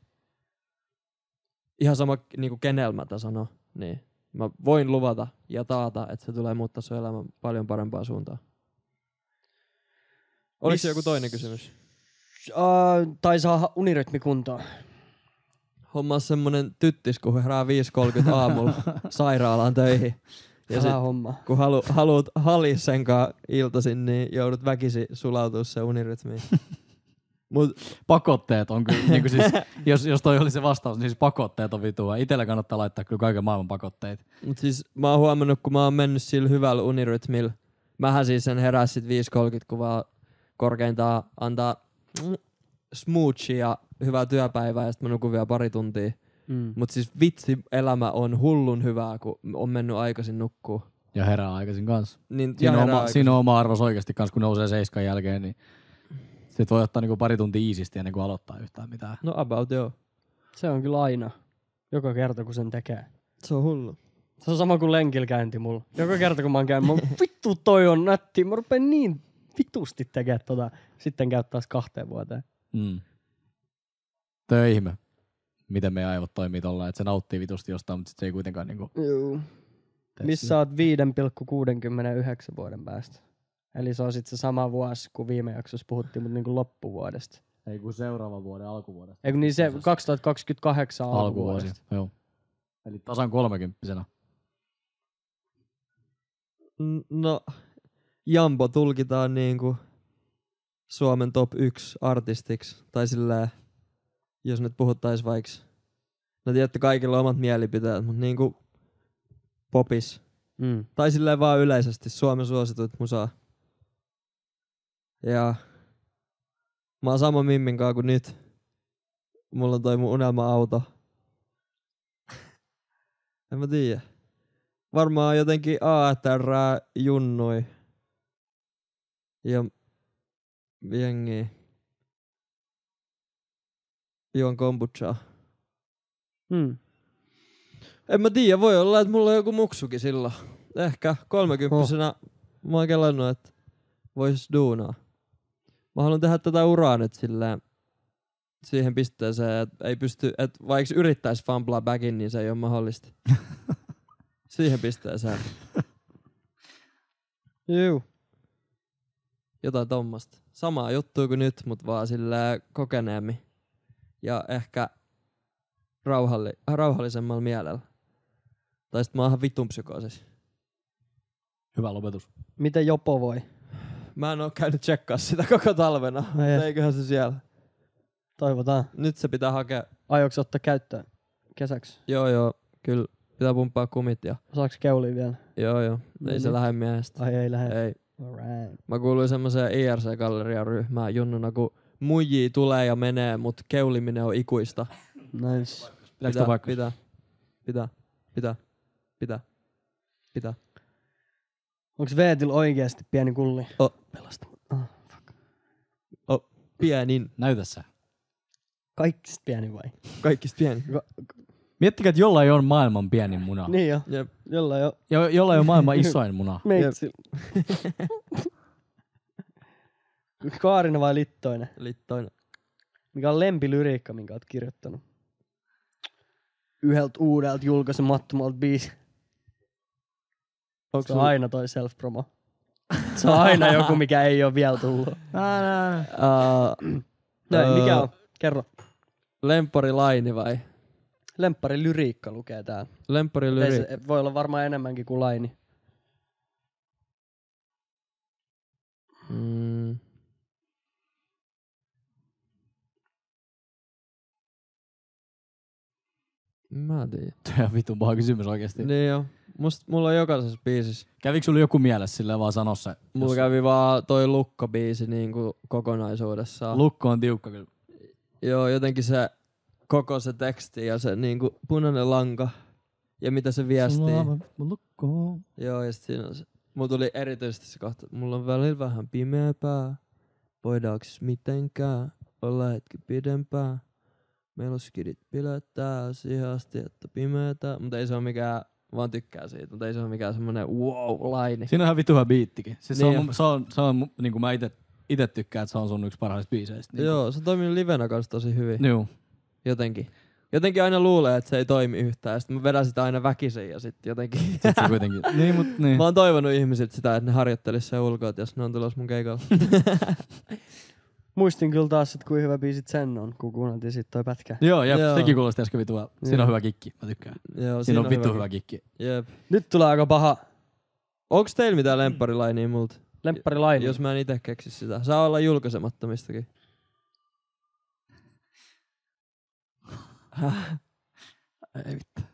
[SPEAKER 2] Ihan sama, niin kuin kenellä mä tän sanon. Niin. Mä voin luvata ja taata, että se tulee muuttaa sun elämän paljon parempaan suuntaan. Oliko se joku toinen kysymys?
[SPEAKER 3] Uh, tai saa unirytmi kuntoon.
[SPEAKER 2] Hommaa semmonen tyttis, kun herää 5.30 aamulla sairaalaan töihin. Ja
[SPEAKER 3] Ja
[SPEAKER 2] sit,
[SPEAKER 3] se homma.
[SPEAKER 2] kun halu, haluat halia sen kanssa iltaisin, niin joudut väkisi sulautua se unirytmiin. Mut
[SPEAKER 1] Pakotteet on kyllä, niin kuin siis, jos, jos toi oli se vastaus, niin siis pakotteet on vitua. Itellä kannattaa laittaa kyllä kaiken maailman pakotteet.
[SPEAKER 2] Mut siis mä oon huomannut, kun mä oon mennyt sillä hyvällä unirytmillä. Mähän siis sen heräs sit 5.30, kun vaan korkeintaan antaa mm, smoochia ja hyvää työpäivää ja sit mä nukun vielä pari tuntia.
[SPEAKER 3] Mm.
[SPEAKER 2] Mut siis vitsi elämä on hullun hyvää, kun on mennyt aikaisin nukkuu.
[SPEAKER 1] Ja herää aikaisin kanssa.
[SPEAKER 2] Niin,
[SPEAKER 1] Siinä, on
[SPEAKER 2] herää
[SPEAKER 1] oma,
[SPEAKER 2] aikaisin.
[SPEAKER 1] siinä on oma arvos oikeasti kanssa, kun nousee seiskan jälkeen, niin sit voi ottaa niinku pari tuntia iisisti ennen kuin aloittaa yhtään mitään.
[SPEAKER 2] No about joo.
[SPEAKER 3] Se on kyllä aina. Joka kerta, kun sen tekee.
[SPEAKER 2] Se on hullu.
[SPEAKER 3] Se on sama kuin lenkillä käynti mulla. Joka kerta, kun mä oon käynyt, mä oon, vittu toi on nätti. Mä rupean niin vitusti tekemään tota. Sitten käy taas kahteen vuoteen.
[SPEAKER 1] Mm. Toi on ihme, miten meidän aivot toimii tuolla, että se nauttii vitusti jostain, mutta sit se ei kuitenkaan niinku
[SPEAKER 3] Joo.
[SPEAKER 1] tee
[SPEAKER 3] Missä oot 5,69 vuoden päästä? Eli se on sitten se sama vuosi, kuin viime jaksossa puhuttiin, mutta niin kuin loppuvuodesta.
[SPEAKER 1] sitä. Ei kun seuraavan vuoden alkuvuodesta.
[SPEAKER 3] Ei kun niin se 2028
[SPEAKER 1] Alkuvuosi,
[SPEAKER 3] alkuvuodesta.
[SPEAKER 1] joo. Eli tasan kolmekymppisenä.
[SPEAKER 2] N- No, Jambo tulkitaan niinku Suomen top 1 artistiksi. Tai sillä jos nyt puhuttais vaikka, no tiedätte kaikilla on omat mielipiteet, mutta niinku popis.
[SPEAKER 3] Mm.
[SPEAKER 2] Tai silleen vaan yleisesti Suomen suosituit musaa. Ja mä oon sama Mimmin kaa kuin nyt. Mulla on toi mun unelma-auto. en mä tiedä. Varmaan jotenkin ATR junnui. Ja jengi. Juon kombuchaa.
[SPEAKER 3] Mm.
[SPEAKER 2] En mä tiedä, voi olla, että mulla on joku muksukin sillä. Ehkä kolmekymppisenä oh. mä oon kelannut, että vois duunaa. Mä haluan tehdä tätä uraa nyt silleen siihen pisteeseen, että ei pysty, että vaikka yrittäis famplaa backin, niin se ei ole mahdollista. siihen pisteeseen. Juu. Jotain tommasta. Samaa juttua kuin nyt, mutta vaan sillä kokeneemmin. Ja ehkä rauhalli, rauhallisemmalla mielellä. Tai sit mä oon ihan vitun psykoosis.
[SPEAKER 1] Hyvä lopetus.
[SPEAKER 3] Miten Jopo voi?
[SPEAKER 2] Mä en oo käynyt tsekkaa sitä koko talvena.
[SPEAKER 3] Ai et.
[SPEAKER 2] Eiköhän se siellä.
[SPEAKER 3] Toivotaan.
[SPEAKER 2] Nyt se pitää hakea.
[SPEAKER 3] Aioks ottaa käyttöön kesäksi?
[SPEAKER 2] Joo joo, kyllä pitää pumppaa kumit ja
[SPEAKER 3] Saaks keuli vielä?
[SPEAKER 2] joo joo.
[SPEAKER 3] No
[SPEAKER 2] Ei se
[SPEAKER 3] nyt.
[SPEAKER 2] lähde miehestä.
[SPEAKER 3] Ai ei lähde.
[SPEAKER 2] Ei.
[SPEAKER 3] Alright.
[SPEAKER 2] Mä kuuluin semmoiseen IRC-gallerian ryhmään junnuna, kun muijii tulee ja menee, mut keuliminen on ikuista.
[SPEAKER 3] Nice.
[SPEAKER 1] Pitääkö tää paikkansa?
[SPEAKER 2] pitää, pitää, pitää, pitää, pitää.
[SPEAKER 3] Onks Veetil oikeesti pieni kulli?
[SPEAKER 2] Oh.
[SPEAKER 3] Pelasta. mut. Ah.
[SPEAKER 2] Pienin,
[SPEAKER 1] Näytä sä.
[SPEAKER 3] Kaikista pieni vai?
[SPEAKER 2] kaikista pienin.
[SPEAKER 1] Miettikää, että jollain on maailman pienin muna.
[SPEAKER 3] Niin jo.
[SPEAKER 2] Ah. Jep.
[SPEAKER 3] Jolla jo.
[SPEAKER 1] Jo, jollain on maailman isoin muna.
[SPEAKER 3] Meitsi. Kaarina vai Littoinen?
[SPEAKER 2] Littoinen.
[SPEAKER 3] Mikä on lempilyriikka, minkä oot kirjoittanut? Yhdeltä uudelta julkaisemattomalta biisi.
[SPEAKER 2] Onks
[SPEAKER 3] Se on
[SPEAKER 2] sulla-
[SPEAKER 3] aina toi self-promo. Se on aina joku, mikä ei ole vielä tullut.
[SPEAKER 2] Ää,
[SPEAKER 3] Näin, mikä
[SPEAKER 2] Öö.
[SPEAKER 3] on? Kerro.
[SPEAKER 2] Lempparilaini vai?
[SPEAKER 3] Lemppari lyriikka lukee täällä. Ei
[SPEAKER 2] Lempparilyri.
[SPEAKER 3] se, voi olla varmaan enemmänkin kuin laini.
[SPEAKER 2] Mm. Mä en tiedä.
[SPEAKER 1] Tämä on vitun paha kysymys oikeasti.
[SPEAKER 2] Niin joo. Must, mulla on jokaisessa biisissä.
[SPEAKER 1] Kävikö sulla joku mielessä sillä vaan sanossa?
[SPEAKER 2] Mulla kävi vaan toi lukkobiisi niinku kokonaisuudessaan.
[SPEAKER 1] Lukko on tiukka kyllä.
[SPEAKER 2] Joo, jotenkin se koko se teksti ja se niinku punainen lanka ja mitä se viestii.
[SPEAKER 1] Lukko.
[SPEAKER 2] Joo, ja sit siinä on se. Mulla tuli erityisesti se kohta, mulla on välillä vähän pimeä pää. Voidaanko mitenkään olla hetki pidempään? Meillä on skidit pilettää siihen asti, että pimeätä. Mutta ei se ole mikään, vaan tykkää siitä, mutta ei se ole mikään semmonen wow-laini.
[SPEAKER 1] Siinä on ihan vituha biittikin. Siis se, on,
[SPEAKER 2] Niin
[SPEAKER 1] mun- se on, se on, mu- niin kuin mä itse itse tykkään, että se on sun yksi parhaista biiseistä.
[SPEAKER 2] Niin. Joo, se toimii livenä kanssa tosi hyvin. Niin.
[SPEAKER 1] Joo.
[SPEAKER 2] Jotenkin. Jotenkin aina luulee, että se ei toimi yhtään. Sitten mä vedän sitä aina väkisin ja sitten jotenkin.
[SPEAKER 1] Sit se kuitenkin. niin, mut niin.
[SPEAKER 2] mä oon toivonut ihmisiltä sitä, että ne harjoittelisi se ulkoa, että jos ne on tulossa mun keikalla.
[SPEAKER 3] Muistin kyllä taas, että kuinka hyvä biisi sen on, kun kuunneltiin sit toi pätkä.
[SPEAKER 1] Joo, jep,
[SPEAKER 2] Joo.
[SPEAKER 1] sekin kuulosti äsken vitua. Siinä on
[SPEAKER 2] Joo.
[SPEAKER 1] hyvä kikki, mä tykkään. Siinä,
[SPEAKER 2] Joo,
[SPEAKER 1] on, vittu hyvä kikki.
[SPEAKER 2] Jep.
[SPEAKER 3] Nyt tulee aika paha
[SPEAKER 2] Onks teillä mitään lempparilainia multa?
[SPEAKER 3] lempparilaini.
[SPEAKER 2] Jos mä en itse keksi sitä. Saa olla julkaisemattomistakin.
[SPEAKER 1] Ei vittu.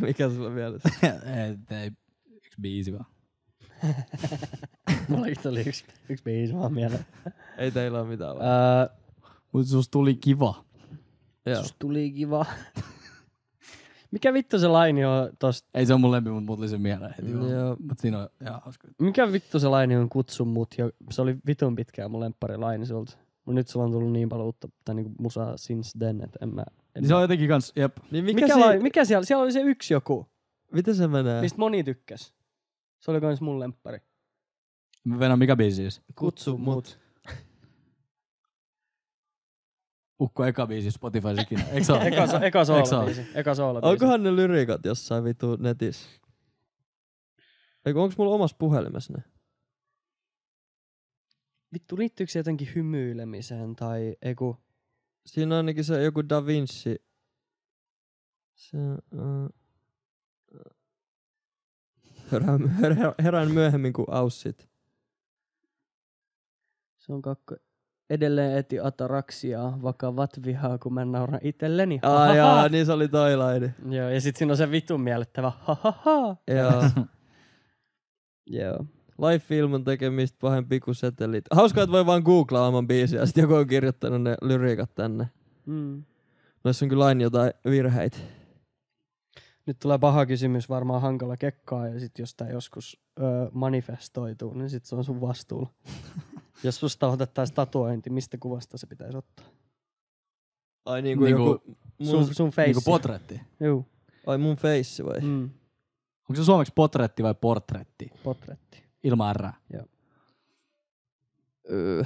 [SPEAKER 2] Mikä sulla vielä?
[SPEAKER 1] ei, ei, yksi biisi vaan.
[SPEAKER 3] Mullakin tuli yksi, yksi biisi vaan mieleen.
[SPEAKER 2] ei teillä ole mitään. vaan.
[SPEAKER 3] Öö,
[SPEAKER 1] Mut sus tuli kiva.
[SPEAKER 2] Joo.
[SPEAKER 3] Susta tuli kiva. Mikä vittu se laini on tosta?
[SPEAKER 1] Ei se on mun lempi, mut mut tuli se mieleen heti. vaan.
[SPEAKER 2] Joo.
[SPEAKER 1] Mut siinä on ihan hauska.
[SPEAKER 3] Mikä vittu se laini on kutsu mut? Jo, se oli vitun pitkään mun lempparilaini sulta. Mut nyt sulla on tullut niin paljon uutta tai niinku musaa since then, että en mä... En
[SPEAKER 1] Niin se on jotenkin kans, jep.
[SPEAKER 2] Niin mikä,
[SPEAKER 3] mikä, mikä,
[SPEAKER 2] se,
[SPEAKER 3] lai, mikä siellä? Siellä oli se yksi joku,
[SPEAKER 2] Miten se menee?
[SPEAKER 3] mistä moni tykkäs. Se oli kans mun lemppari.
[SPEAKER 1] Mä vedän mikä biisi siis?
[SPEAKER 2] Kutsu mut.
[SPEAKER 1] Ukko eka biisi Spotify ikinä. Eikö se ole?
[SPEAKER 3] Eka, so, eka
[SPEAKER 1] Eikö
[SPEAKER 3] soolabiisi. Eka soolabiisi.
[SPEAKER 2] Onkohan ne lyriikat jossain vitu netissä? Eikö onks mulla omassa puhelimessa ne?
[SPEAKER 3] Vittu, liittyykö se jotenkin hymyilemiseen tai... Ei kun...
[SPEAKER 2] Siinä on ainakin se joku Da Vinci. Se on... Herään, her- herään myöhemmin kuin Aussit.
[SPEAKER 3] Se on kakko. Edelleen eti ataraksiaa, vakavat vihaa, kun mä nauran itelleni.
[SPEAKER 2] Ah, jaa, niin se oli toi laini.
[SPEAKER 3] Joo, ja sitten siinä on se vitun miellyttävä ha
[SPEAKER 2] Joo.
[SPEAKER 3] Joo.
[SPEAKER 2] Life ilman tekemistä pahempi kuin setelit. Hauskaa, että voi vaan googlaa oman biisin ja sitten joku on kirjoittanut ne lyriikat tänne.
[SPEAKER 3] Mm.
[SPEAKER 2] Noissa on kyllä aina jotain virheitä.
[SPEAKER 3] Nyt tulee paha kysymys, varmaan hankala kekkaa, ja sitten jos tämä joskus ö, manifestoituu, niin sitten se on sun vastuulla. jos susta otettaisiin tatuointi, mistä kuvasta se pitäisi ottaa?
[SPEAKER 2] Ai niinku,
[SPEAKER 1] Niinku
[SPEAKER 2] joku... Mun,
[SPEAKER 3] Sun, sun face.
[SPEAKER 1] Niinku potretti.
[SPEAKER 3] Joo.
[SPEAKER 2] ai mun face vai?
[SPEAKER 3] Mm.
[SPEAKER 1] Onko se suomeksi potretti vai portretti?
[SPEAKER 3] Potretti.
[SPEAKER 1] Ilman R.
[SPEAKER 2] Öö.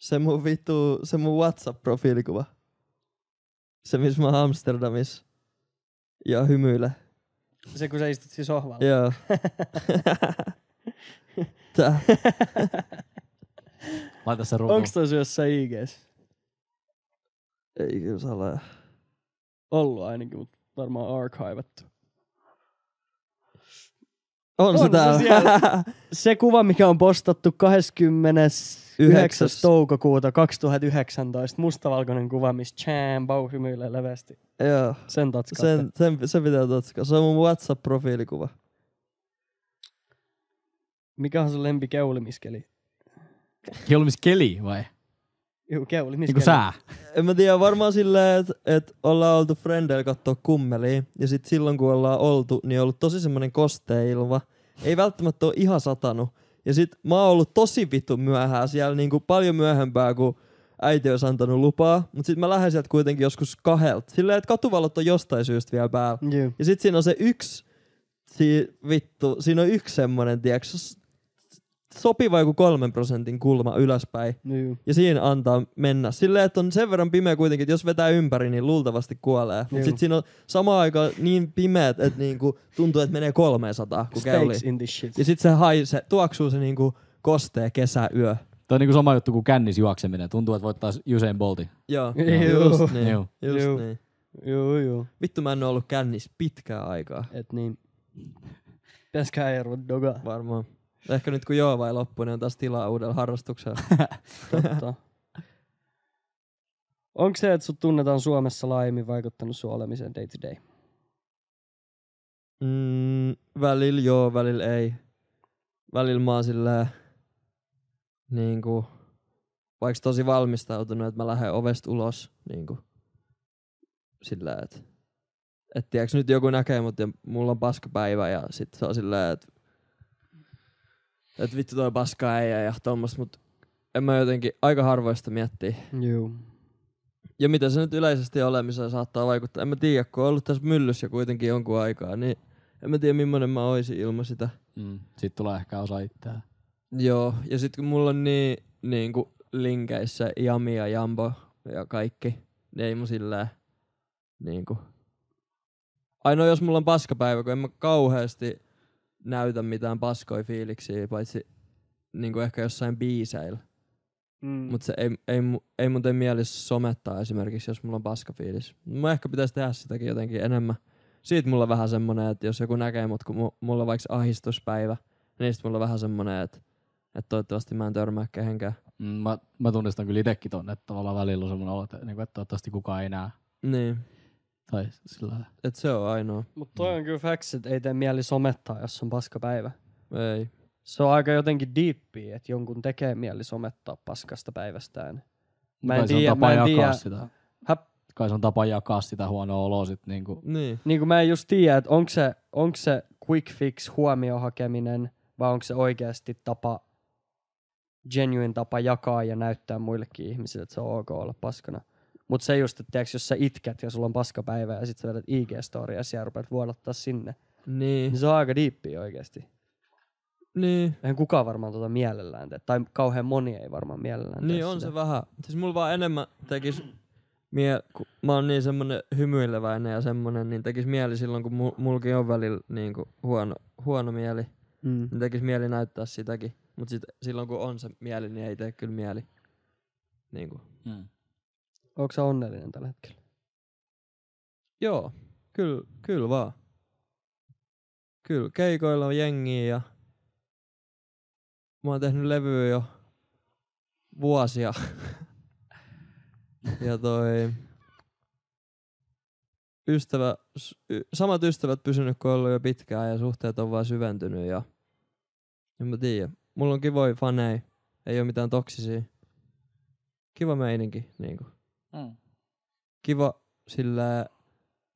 [SPEAKER 2] Se mun vittu, se mun WhatsApp-profiilikuva. Se, missä mä oon Amsterdamissa. Ja hymyile.
[SPEAKER 3] Se, kun sä istut siis sohvalla.
[SPEAKER 2] Joo. Tää.
[SPEAKER 1] Laita se ruutu.
[SPEAKER 3] Onko tosi jossain IGs?
[SPEAKER 2] Ei kyllä saa olla.
[SPEAKER 3] Ollut ainakin, mutta varmaan archivattu.
[SPEAKER 2] On,
[SPEAKER 3] On
[SPEAKER 2] se
[SPEAKER 3] se
[SPEAKER 2] täällä.
[SPEAKER 3] siellä. Se kuva, mikä on postattu 29.
[SPEAKER 2] Yhdeksäs.
[SPEAKER 3] toukokuuta 2019, mustavalkoinen kuva, missä Chan Bau hymyilee levästi.
[SPEAKER 2] Joo.
[SPEAKER 3] Sen tatskatte.
[SPEAKER 2] Sen, sen, se pitää tatska. Se on mun WhatsApp-profiilikuva.
[SPEAKER 3] Mikä on sun lempi keulimiskeli?
[SPEAKER 1] Hiolumiskeli vai?
[SPEAKER 3] Juu, keulimiskeli.
[SPEAKER 1] Niinku sää.
[SPEAKER 2] En mä tiedä, varmaan silleen, että et ollaan oltu frendeillä kattoo kummelia. Ja sit silloin kun ollaan oltu, niin on ollut tosi semmonen kosteilva. Ei välttämättä ole ihan satanut. Ja sit mä oon ollut tosi vittu myöhään siellä, niinku paljon myöhempää kuin äiti olisi antanut lupaa. Mut sit mä lähden sieltä kuitenkin joskus kahdelta. Silleen, että katuvalot on jostain syystä vielä päällä.
[SPEAKER 3] Juu.
[SPEAKER 2] Ja sit siinä on se yksi, si, vittu, siinä on yksi semmonen, tiiäks, s- sopiva joku kolmen prosentin kulma ylöspäin
[SPEAKER 3] Juu.
[SPEAKER 2] ja siinä antaa mennä. Silleen, että on sen verran pimeä kuitenkin, että jos vetää ympäri, niin luultavasti kuolee.
[SPEAKER 3] Juu.
[SPEAKER 2] Mutta sitten siinä on samaan aikaan niin pimeät, että niinku, tuntuu, että menee 300, kun käy
[SPEAKER 3] Stakes in this shit.
[SPEAKER 2] Ja sitten se haise, tuoksuu se niinku kostea kesäyö.
[SPEAKER 1] Toi on niinku sama juttu kuin kännis juokseminen. Tuntuu, että voittaisi Usain Boltin.
[SPEAKER 2] Joo,
[SPEAKER 3] Juu.
[SPEAKER 2] just niin.
[SPEAKER 1] Juu.
[SPEAKER 2] Just
[SPEAKER 3] Juu.
[SPEAKER 2] niin.
[SPEAKER 3] Juu, juu.
[SPEAKER 2] Vittu mä en oo ollut kännissä pitkään aikaa.
[SPEAKER 3] Et niin. Pitäisikö ei ruveta dogaa?
[SPEAKER 2] Varmaan. Ehkä nyt kun joo vai loppu, niin on taas tilaa uudella harrastuksella.
[SPEAKER 3] Totta. Onko se, että sut tunnetaan Suomessa laajemmin vaikuttanut sun olemiseen day to day?
[SPEAKER 2] Mm, välillä joo, välillä ei. Välillä mä oon silleen, niinku, vaikka tosi valmistautunut, että mä lähden ovesta ulos, niinku, sillä että et tiiäks, nyt joku näkee mut ja mulla on paskapäivä ja sit se on silleen, että et vittu toi paska ei ja tommosta, mut en mä jotenkin aika harvoista miettii.
[SPEAKER 3] Juu.
[SPEAKER 2] Ja mitä se nyt yleisesti olemiseen saattaa vaikuttaa, en mä tiedä, kun on ollut tässä myllyssä kuitenkin jonkun aikaa, niin en mä tiedä millainen mä oisin ilman sitä.
[SPEAKER 1] Mm. Sitten tulee ehkä osa itseään.
[SPEAKER 2] Joo, ja sitten kun mulla on niin, niin kuin linkeissä Jami ja Jambo ja kaikki, niin ei mun silleen niin kuin... Ainoa jos mulla on paskapäivä, kun en mä kauheasti näytä mitään paskoja fiiliksiä, paitsi niin kuin ehkä jossain biiseillä.
[SPEAKER 3] Mm.
[SPEAKER 2] Mutta ei, ei, mu- ei mun tee mieli somettaa esimerkiksi, jos mulla on paska fiilis. Mä ehkä pitäisi tehdä sitäkin jotenkin enemmän. Siitä mulla on vähän semmonen, että jos joku näkee mut, kun mu- mulla on vaikka ahistuspäivä, niin sit mulla on vähän semmonen, että, että toivottavasti mä en törmää kehenkään.
[SPEAKER 1] Mm, Mä, mä tunnistan kyllä itsekin ton, että tavallaan välillä on semmoinen olo, että, niin kuin, että toivottavasti kukaan ei näe.
[SPEAKER 2] Niin,
[SPEAKER 1] Tai sillä lailla.
[SPEAKER 2] että se on ainoa.
[SPEAKER 3] Mut toi on kyllä facts, että ei tee mieli somettaa, jos on paska päivä.
[SPEAKER 2] Ei.
[SPEAKER 3] Se on aika jotenkin diippiä, että jonkun tekee mieli somettaa paskasta päivästään. Mä en
[SPEAKER 1] Kai se on
[SPEAKER 3] tiedä,
[SPEAKER 1] tapa
[SPEAKER 3] mä en
[SPEAKER 1] jakaa
[SPEAKER 3] tiedä.
[SPEAKER 1] Sitä.
[SPEAKER 3] Häp,
[SPEAKER 1] Kai se on tapa jakaa sitä huonoa oloa sit niinku.
[SPEAKER 2] Niin.
[SPEAKER 3] niin kuin mä en just tiedä, että onko se, onko se quick fix huomioon hakeminen vai onko se oikeasti tapa, genuine tapa jakaa ja näyttää muillekin ihmisille, että se on ok olla paskana. Mutta se just, että tiiäks, jos sä itket ja sulla on paskapäivä ja sit sä vedät IG-storia ja rupeat vuodattaa sinne,
[SPEAKER 2] Niin.
[SPEAKER 3] niin se on aika diippiä oikeasti.
[SPEAKER 2] Niin.
[SPEAKER 3] Eihän kukaan varmaan tota mielellään tee, tai kauhean moni ei varmaan mielellään tee
[SPEAKER 2] Niin on
[SPEAKER 3] sitä.
[SPEAKER 2] se vähän. Siis mulla vaan enemmän tekis mie, kun mä oon niin semmonen hymyileväinen ja semmonen, niin tekis mieli silloin, kun mul, mulkin on välillä niin kuin huono, huono mieli,
[SPEAKER 3] Mm.
[SPEAKER 2] niin tekis mieli näyttää sitäkin. Mut sit, silloin kun on se mieli, niin ei tee kyllä mieli. Niin kuin.
[SPEAKER 1] Mm.
[SPEAKER 3] Onko sä onnellinen tällä hetkellä?
[SPEAKER 2] Joo, kyllä, kyllä vaan. Kyllä, keikoilla on jengiä ja mä oon tehnyt levyä jo vuosia. ja toi ystävä, s- y- samat ystävät pysynyt kun ollut jo pitkään ja suhteet on vaan syventynyt ja en mä tiedä. Mulla on kivoja fanei, ei ole mitään toksisia. Kiva meininki, niinku
[SPEAKER 1] Mm.
[SPEAKER 2] kiva sillä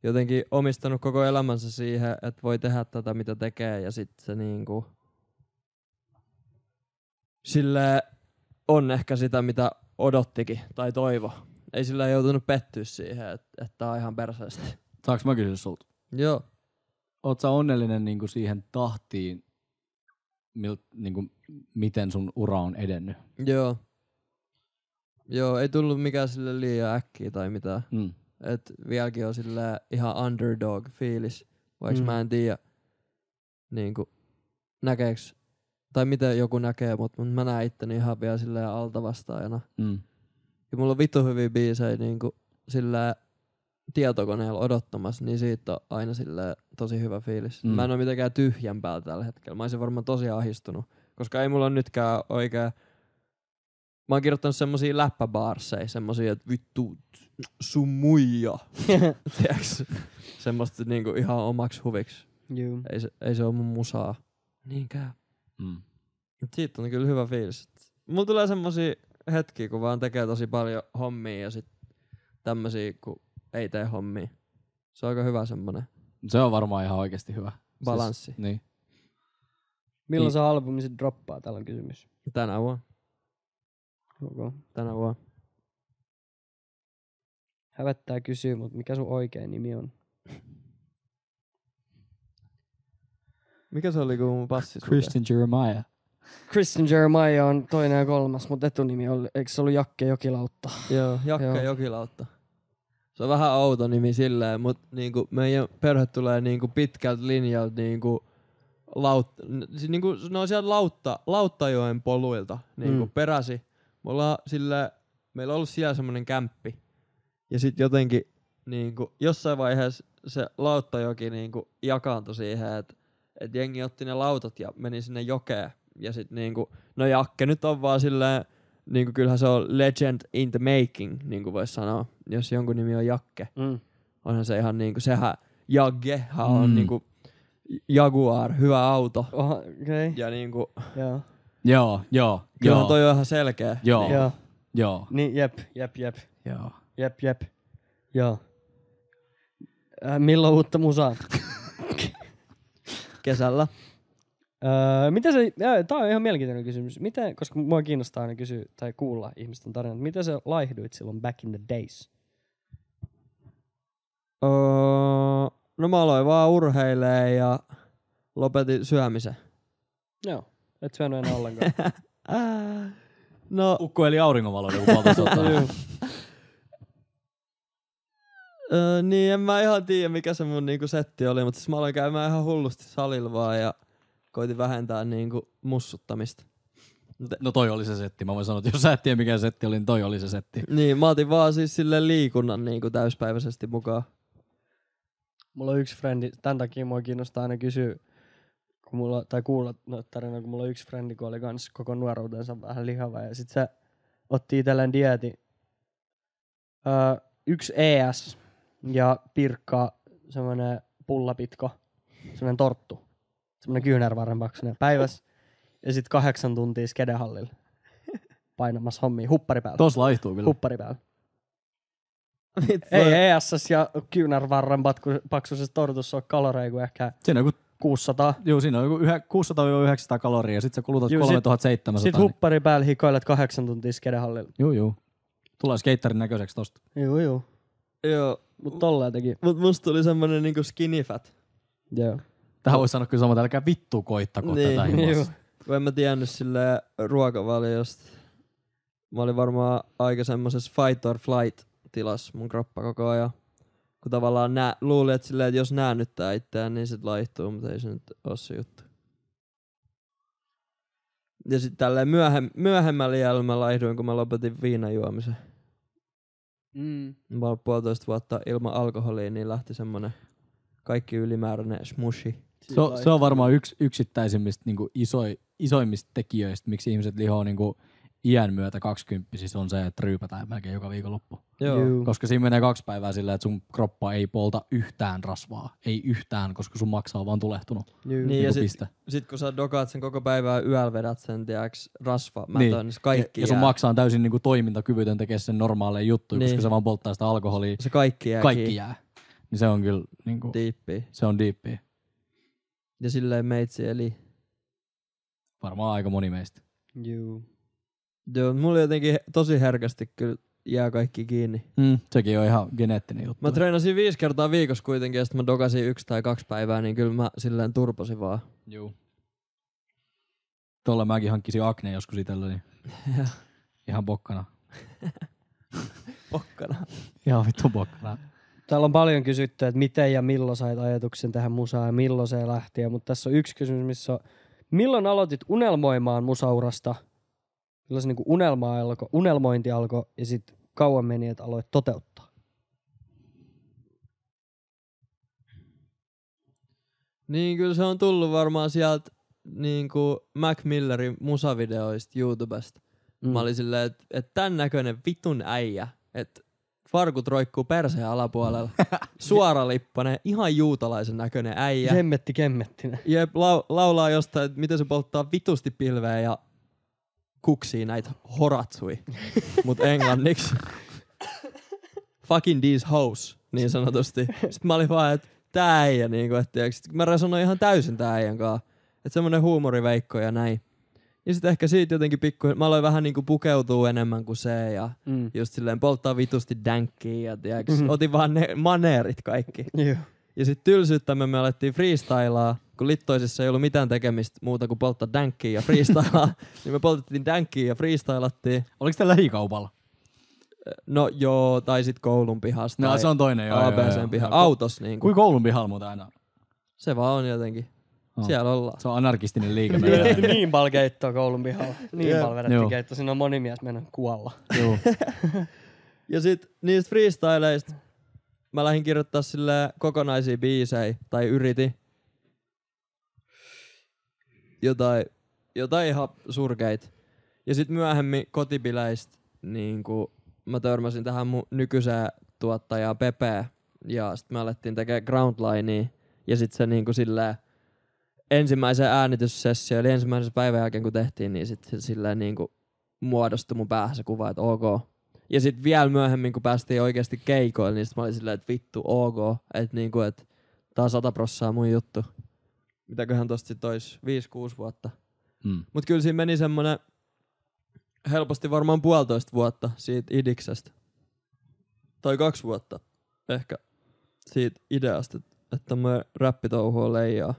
[SPEAKER 2] jotenkin omistanut koko elämänsä siihen, että voi tehdä tätä mitä tekee ja sitten se niinku sillä on ehkä sitä mitä odottikin tai toivo. Ei sillä joutunut pettyä siihen, että et tää on ihan perseestä.
[SPEAKER 1] Saanko mä kysyä sulta?
[SPEAKER 2] Joo.
[SPEAKER 1] Oot sä onnellinen niinku siihen tahtiin, mil, niinku, miten sun ura on edennyt?
[SPEAKER 2] Joo. Joo, ei tullut mikään sille liian äkkiä tai mitään.
[SPEAKER 1] Mm.
[SPEAKER 2] Et vieläkin on sillä ihan underdog fiilis, vaikka
[SPEAKER 3] Mm.
[SPEAKER 2] mm. mä en tiedä niinku näkeeks tai miten joku näkee mut, mut mä näen itteni ihan vielä silleen altavastaajana.
[SPEAKER 1] Mm.
[SPEAKER 2] Ja mulla on vittu hyviä biisejä niinku sillä tietokoneella odottamassa, niin siitä on aina sillä tosi hyvä fiilis.
[SPEAKER 1] Mm.
[SPEAKER 2] Mm. Mä en ole mitenkään tyhjän päällä tällä hetkellä. Mä olisin varmaan tosi ahistunut, koska ei mulla ole nytkään oikea... Mä oon kirjoittanut semmosia läppäbaarseja, semmosia, että vittu sun muija. Tiedäks? Semmosta niinku ihan omaks huviksi.
[SPEAKER 3] Juu.
[SPEAKER 2] Ei se, ei se ole mun musaa. Niinkään.
[SPEAKER 1] Mm.
[SPEAKER 2] Mut siitä on kyllä hyvä fiilis. Et Mulla tulee semmosia hetkiä, kun vaan tekee tosi paljon hommia ja sit tämmösiä, kun ei tee hommia. Se on aika hyvä semmonen
[SPEAKER 1] Se on varmaan ihan oikeasti hyvä.
[SPEAKER 2] balanssi.
[SPEAKER 1] Siis, niin.
[SPEAKER 3] Milloin se albumi sit droppaa? Täällä on kysymys.
[SPEAKER 2] Siis... Tänä vuonna.
[SPEAKER 3] Okay.
[SPEAKER 2] Tänä vuonna.
[SPEAKER 3] Hävettää kysyä, mutta mikä sun oikea nimi on?
[SPEAKER 2] Mikä se oli, kun mun passi
[SPEAKER 1] Christian Jeremiah.
[SPEAKER 3] Kristen Jeremiah on toinen ja kolmas, mutta etunimi oli, eikö se ollut Jakke Jokilautta?
[SPEAKER 2] Joo, Jakke
[SPEAKER 3] Joo.
[SPEAKER 2] Joo. Jokilautta. Se on vähän outo nimi silleen, mutta niinku meidän perhe tulee niinku pitkältä linjalta niinku laut, n- siis niinku, ne on sieltä lautta, Lauttajoen poluilta niinku
[SPEAKER 3] Mm.
[SPEAKER 2] mm. peräsi. Me ollaan sillä, meillä on ollut siellä semmoinen kämppi. Ja sitten jotenkin niinku, jossain vaiheessa se Lauttajoki niinku jakaantui siihen, että et jengi otti ne lautat ja meni sinne jokeen. Ja sitten niinku, no Jakke nyt on vaan silleen, niinku kyllähän se on legend in the making, niin kuin voisi sanoa, jos jonkun nimi on Jakke.
[SPEAKER 3] Mm.
[SPEAKER 2] Onhan se ihan niinku, sehän Jaggehan mm. on
[SPEAKER 1] Mm.
[SPEAKER 2] niinku Jaguar, hyvä auto.
[SPEAKER 3] Oha, okei. Okay.
[SPEAKER 2] Ja niinku,
[SPEAKER 3] Joo.
[SPEAKER 1] Joo, joo,
[SPEAKER 2] kyllähän
[SPEAKER 1] joo,
[SPEAKER 2] toi on ihan selkeä.
[SPEAKER 1] joo,
[SPEAKER 2] Niin.
[SPEAKER 3] Joo.
[SPEAKER 1] joo,
[SPEAKER 3] Niin, jep, jep, jep,
[SPEAKER 1] joo.
[SPEAKER 3] jep, jep. Joo. Äh, milloin uutta musaa?
[SPEAKER 2] Kesällä.
[SPEAKER 3] Öö, mitä se, joo, tää on ihan mielenkiintoinen kysymys. Miten, koska mua kiinnostaa aina kysyä tai kuulla ihmisten tarinat, miten sä laihduit silloin back in the days?
[SPEAKER 2] Öö, no mä aloin vaan urheilee ja lopetin syömisen.
[SPEAKER 3] Joo. Et syönyt enää ollenkaan.
[SPEAKER 2] No,
[SPEAKER 1] Ukko eli niin auringonvaloiden upalta
[SPEAKER 2] Öö, niin, en mä ihan tiedä mikä se mun niinku setti oli, mutta siis mä aloin käymään ihan hullusti salilla vaan ja koitin vähentää niinku mussuttamista.
[SPEAKER 1] No toi oli se setti. Mä voin sanoa, että jos sä et tiedä mikä setti oli, niin toi oli se setti.
[SPEAKER 2] Niin, mä otin vaan siis sille liikunnan niinku täyspäiväisesti mukaan.
[SPEAKER 3] mulla on yksi frendi, tämän takia mua kiinnostaa aina kysyä, kun mulla, tai kuulla noita tarinoita, kun mulla on yksi frendi, kun oli kans koko nuoruutensa vähän lihava, ja sit se otti itselleen dieti. Öö, yksi ES ja pirkka semmonen pullapitko, semmonen torttu, semmonen kyynärvarren paksunen päivässä, ja sit kahdeksan tuntia skedehallilla painamassa hommia, huppari päällä.
[SPEAKER 1] Tos laihtuu kyllä.
[SPEAKER 3] Huppari päällä.
[SPEAKER 2] Ei,
[SPEAKER 3] Ei
[SPEAKER 2] ei.
[SPEAKER 3] ESS ja kyynärvarren patku- paksuisessa tortussa on kaloreja kuin ehkä
[SPEAKER 1] Siinä on, joku,
[SPEAKER 3] 600.
[SPEAKER 1] juu, siinä on joku yhä- 600-900 kaloria ja sit sä kulutat
[SPEAKER 3] Juu, sit-
[SPEAKER 1] 3700.
[SPEAKER 3] Sitten huppari päällä hikoilet kahdeksan tuntia skedehallilla.
[SPEAKER 1] Juu, juu. Tulee skeittarin näköiseksi tosta.
[SPEAKER 3] Joo, joo.
[SPEAKER 2] Joo,
[SPEAKER 3] Mut tolleen teki.
[SPEAKER 2] mut musta tuli semmonen niinku skinny fat.
[SPEAKER 3] Joo.
[SPEAKER 1] Tähän voisi sanoa kyllä sama, että älkää vittu koittako
[SPEAKER 2] Niin,
[SPEAKER 1] tätä
[SPEAKER 3] juu.
[SPEAKER 1] himosta.
[SPEAKER 2] Kun en mä tiennyt sille ruokavaliosta. Mä olin varmaan aika semmosessa fight or flight tilassa mun kroppa koko ajan. Kun tavallaan nää, luulin, että, silleen, että jos näännyttää itseään, niin sit laihtuu, mutta ei se nyt oo se juttu. Ja sitten tälleen myöhem, myöhemmällä jäljellä mä laihduin, kun mä lopetin viinan juomisen.
[SPEAKER 3] Mm.
[SPEAKER 2] Mä olin puolitoista vuotta ilman alkoholia, niin lähti semmonen kaikki ylimääräinen smushi.
[SPEAKER 1] Se, on- se on varmaan yksi yksittäisimmistä niin isoi, isoimmista tekijöistä, miksi ihmiset lihoo niin iän myötä 20 siis on se, että ryypätään melkein joka viikonloppu.
[SPEAKER 2] Joo.
[SPEAKER 3] Juu.
[SPEAKER 1] Koska siinä menee kaksi päivää sillä, että sun kroppa ei polta yhtään rasvaa. Ei yhtään, koska sun maksa on vaan tulehtunut.
[SPEAKER 3] Juu.
[SPEAKER 2] Niin,
[SPEAKER 1] Niin
[SPEAKER 2] ja
[SPEAKER 1] ja
[SPEAKER 2] sit-
[SPEAKER 1] piste.
[SPEAKER 2] Sit kun sä dokaat sen koko päivää yöllä vedät sen, tiedäks, rasva, mä niin. niin se kaikki
[SPEAKER 1] ja, ja sun
[SPEAKER 2] jää.
[SPEAKER 1] maksa on täysin niin toimintakyvytön tekee sen normaaleja juttuja,
[SPEAKER 2] Niin.
[SPEAKER 1] niin. koska se vaan polttaa sitä alkoholia.
[SPEAKER 2] se kaikki jää
[SPEAKER 1] Kaikki
[SPEAKER 2] kiinni.
[SPEAKER 1] jää. Niin se on kyllä, niin kuin,
[SPEAKER 2] Diippiin.
[SPEAKER 1] se on diippiä.
[SPEAKER 2] Ja silleen meitsi, eli
[SPEAKER 1] Varmaan aika moni meistä.
[SPEAKER 3] Juu.
[SPEAKER 2] joo, mulla jotenkin tosi herkästi kyllä jää kaikki kiinni.
[SPEAKER 1] Mm, sekin on ihan geneettinen juttu.
[SPEAKER 2] Mä treenasin viisi kertaa viikossa kuitenkin, ja sit mä dokasin yksi tai kaksi päivää, niin kyllä mä silleen turpasin vaan.
[SPEAKER 1] Juu. Tuolla mäkin hankkisin akne joskus itselleni.
[SPEAKER 2] Ja
[SPEAKER 1] Ihan pokkana.
[SPEAKER 2] pokkana.
[SPEAKER 1] Ihan vittu pokkana.
[SPEAKER 3] Täällä on paljon kysytty, että miten ja milloin sait ajatuksen tähän musaan ja milloin se lähti. Mutta tässä on yksi kysymys, missä on, milloin aloitit unelmoimaan musaurasta? Milloin se niinku unelma alkoi, unelmointi alkoi ja sitten kauan meni, että aloit toteuttaa?
[SPEAKER 2] Niin kyllä se on tullut varmaan sieltä niin kuin Mac Millerin musavideoista YouTubesta. Mm. Mä olin silleen, että et tämän näköinen vitun äijä, että farkut roikkuu perseen alapuolella, suoralippainen, ihan juutalaisen näköinen äijä. Se...
[SPEAKER 3] Jemmetti kemmettinä.
[SPEAKER 2] Jep, lau- laulaa jostain, että miten se polttaa vitusti pilveä ja kuksii näitä horatsui, mut englanniksi. Fucking these hoes, niin sanotusti. Sitten mä olin vaan, että tää äijä, niinku, että tiiäks, mä resonoin ihan täysin tää äijän kanssa. Että semmonen huumoriveikko ja näin. Ja sitten ehkä siitä jotenkin pikku, mä aloin vähän niinku pukeutua enemmän kuin se ja
[SPEAKER 3] Mm.
[SPEAKER 2] just silleen polttaa vitusti dänkkiä ja tiiäks, otin vaan ne maneerit kaikki.
[SPEAKER 3] Joo.
[SPEAKER 2] Ja sitten tylsyyttämme me alettiin freestylaa, kun littoisissa ei ollut mitään tekemistä muuta kuin polttaa dänkkiä ja freestylaa. niin me poltettiin dänkkiä ja freestylattiin.
[SPEAKER 1] Oliko sitä lähikaupalla?
[SPEAKER 2] No joo, tai sitten koulun pihasta.
[SPEAKER 1] No
[SPEAKER 2] tai
[SPEAKER 1] se on toinen. Joo, joo, joo. No,
[SPEAKER 2] ABCn piha. Autos niin kuin.
[SPEAKER 1] Kuin koulun pihalla muuten aina.
[SPEAKER 2] Se vaan on jotenkin.
[SPEAKER 1] Oh.
[SPEAKER 2] Siellä ollaan.
[SPEAKER 1] Se on anarkistinen liike.
[SPEAKER 3] Vedetty niin paljon keittoa koulun pihalla.
[SPEAKER 2] Jep.
[SPEAKER 3] Niin yeah. paljon vedetty
[SPEAKER 1] Joo.
[SPEAKER 3] keittoa. Siinä on moni mies mennyt kuolla.
[SPEAKER 1] Juu.
[SPEAKER 2] Ja sitten niistä freestyleista mä lähdin kirjoittaa sille kokonaisia biisejä, tai yritin. Jotain, jotain ihan surkeit. Ja sitten myöhemmin kotibileistä niin mä törmäsin tähän mun nykyiseen tuottajaan Pepeä. Ja sitten me alettiin tekemään groundlinea. Ja sitten se niin silleen ensimmäisen äänityssessio, eli ensimmäisen päivän jälkeen kun tehtiin, niin sitten silleen niin muodostui mun päähän se kuva, että ok, ja sitten vielä myöhemmin, kun päästiin oikeasti keikoille, niin sit mä olin silleen, että vittu, ok. Että niinku, et, tää on sata prossaa mun juttu. Mitäköhän tosta sit ois 5-6 vuotta.
[SPEAKER 1] Mm.
[SPEAKER 2] Mut kyllä siinä meni semmonen helposti varmaan puolitoista vuotta siitä idiksestä. Tai kaksi vuotta ehkä siitä ideasta, että mä räppitouhua leijaa.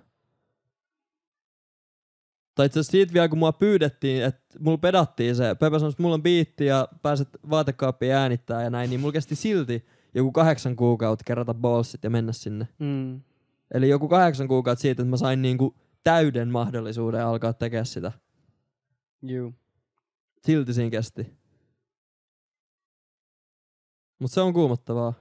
[SPEAKER 2] Tai itse asiassa siitä vielä, kun mua pyydettiin, että mulla pedattiin se. Pepe sanoi, että mulla on biitti ja pääset vaatekaappiin äänittää ja näin, niin mulla kesti silti joku kahdeksan kuukautta kerätä ballsit ja mennä sinne.
[SPEAKER 4] Mm.
[SPEAKER 2] Eli joku kahdeksan kuukautta siitä, että mä sain niinku täyden mahdollisuuden alkaa tekemään sitä.
[SPEAKER 4] Juu.
[SPEAKER 2] Silti siinä kesti. Mut se on kuumottavaa.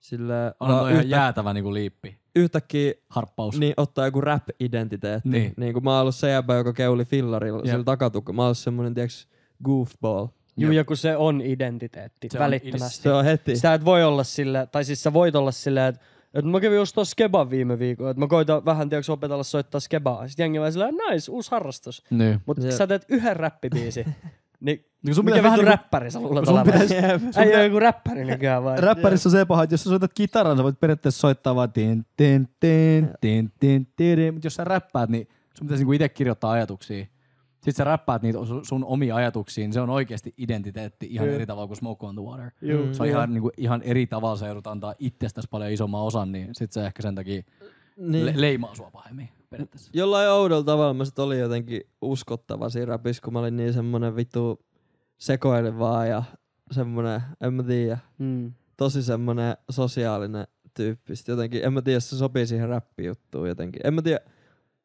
[SPEAKER 2] Sillä
[SPEAKER 1] On toi ihan
[SPEAKER 2] yhtä,
[SPEAKER 1] jäätävä niinku liippi,
[SPEAKER 2] yhtäkkiä
[SPEAKER 1] harppaus.
[SPEAKER 2] niin ottaa joku rap-identiteetti.
[SPEAKER 1] Niin.
[SPEAKER 2] Niin. niin kuin mä oon ollut se jäbä, joka keuli fillarilla
[SPEAKER 1] Jep.
[SPEAKER 2] sillä takatukka. Mä oon ollut semmonen, tiiäks, goofball.
[SPEAKER 1] Joo.
[SPEAKER 4] Juu, ja kun se on identiteetti
[SPEAKER 1] Se
[SPEAKER 4] se
[SPEAKER 1] on
[SPEAKER 4] välittömästi.
[SPEAKER 2] Se on heti.
[SPEAKER 3] Sitä et voi olla sillä, tai siis sä voit olla sillä, että et mä kävin ostaa skebaa viime viikolla, että mä koitan vähän tiiäks opetella soittaa skebaa. Sitten jengi vaan sillä, nice, uusi harrastus.
[SPEAKER 1] Niin.
[SPEAKER 3] Mutta
[SPEAKER 2] Jep.
[SPEAKER 3] sä teet yhden räppibiisin, niin
[SPEAKER 1] Niin sun
[SPEAKER 3] mikä
[SPEAKER 1] pitää
[SPEAKER 3] vittu niin...
[SPEAKER 1] vähän rap-
[SPEAKER 3] räppäri sä luulet
[SPEAKER 1] sun
[SPEAKER 3] olevan?
[SPEAKER 1] pitäis-
[SPEAKER 2] Jep.
[SPEAKER 3] Ei ole joku räppäri nykyään vai?
[SPEAKER 1] Räppärissä on se paha, että jos sä soitat kitaran, sä voit periaatteessa soittaa vaan tin, tin, tin, tin, tin, tin, mutta jos sä räppäät, niin sun pitäisi niinku itse kirjoittaa ajatuksia. Sitten sä räppäät niitä osu- sun omia ajatuksiin, niin se on oikeasti identiteetti ihan
[SPEAKER 4] Joo.
[SPEAKER 1] eri tavalla kuin Smoke on the Water.
[SPEAKER 4] Juu.
[SPEAKER 1] Se on ihan, niinku, ihan eri tavalla, sä joudut antaa itsestäsi paljon isomman osan, niin sit se ehkä sen takia niin.
[SPEAKER 2] Niin.
[SPEAKER 1] le- leimaa sua pahemmin periaatteessa.
[SPEAKER 2] Jollain oudolla tavalla mä sit olin jotenkin uskottava siinä rapissa, kun mä olin niin semmonen vittu sekoilevaa ja semmonen, en mä tiedä,
[SPEAKER 4] Mm.
[SPEAKER 2] tosi semmonen sosiaalinen tyyppi. Sit jotenkin, en mä tiedä, se sopii siihen räppijuttuun jotenkin. En mä tiedä,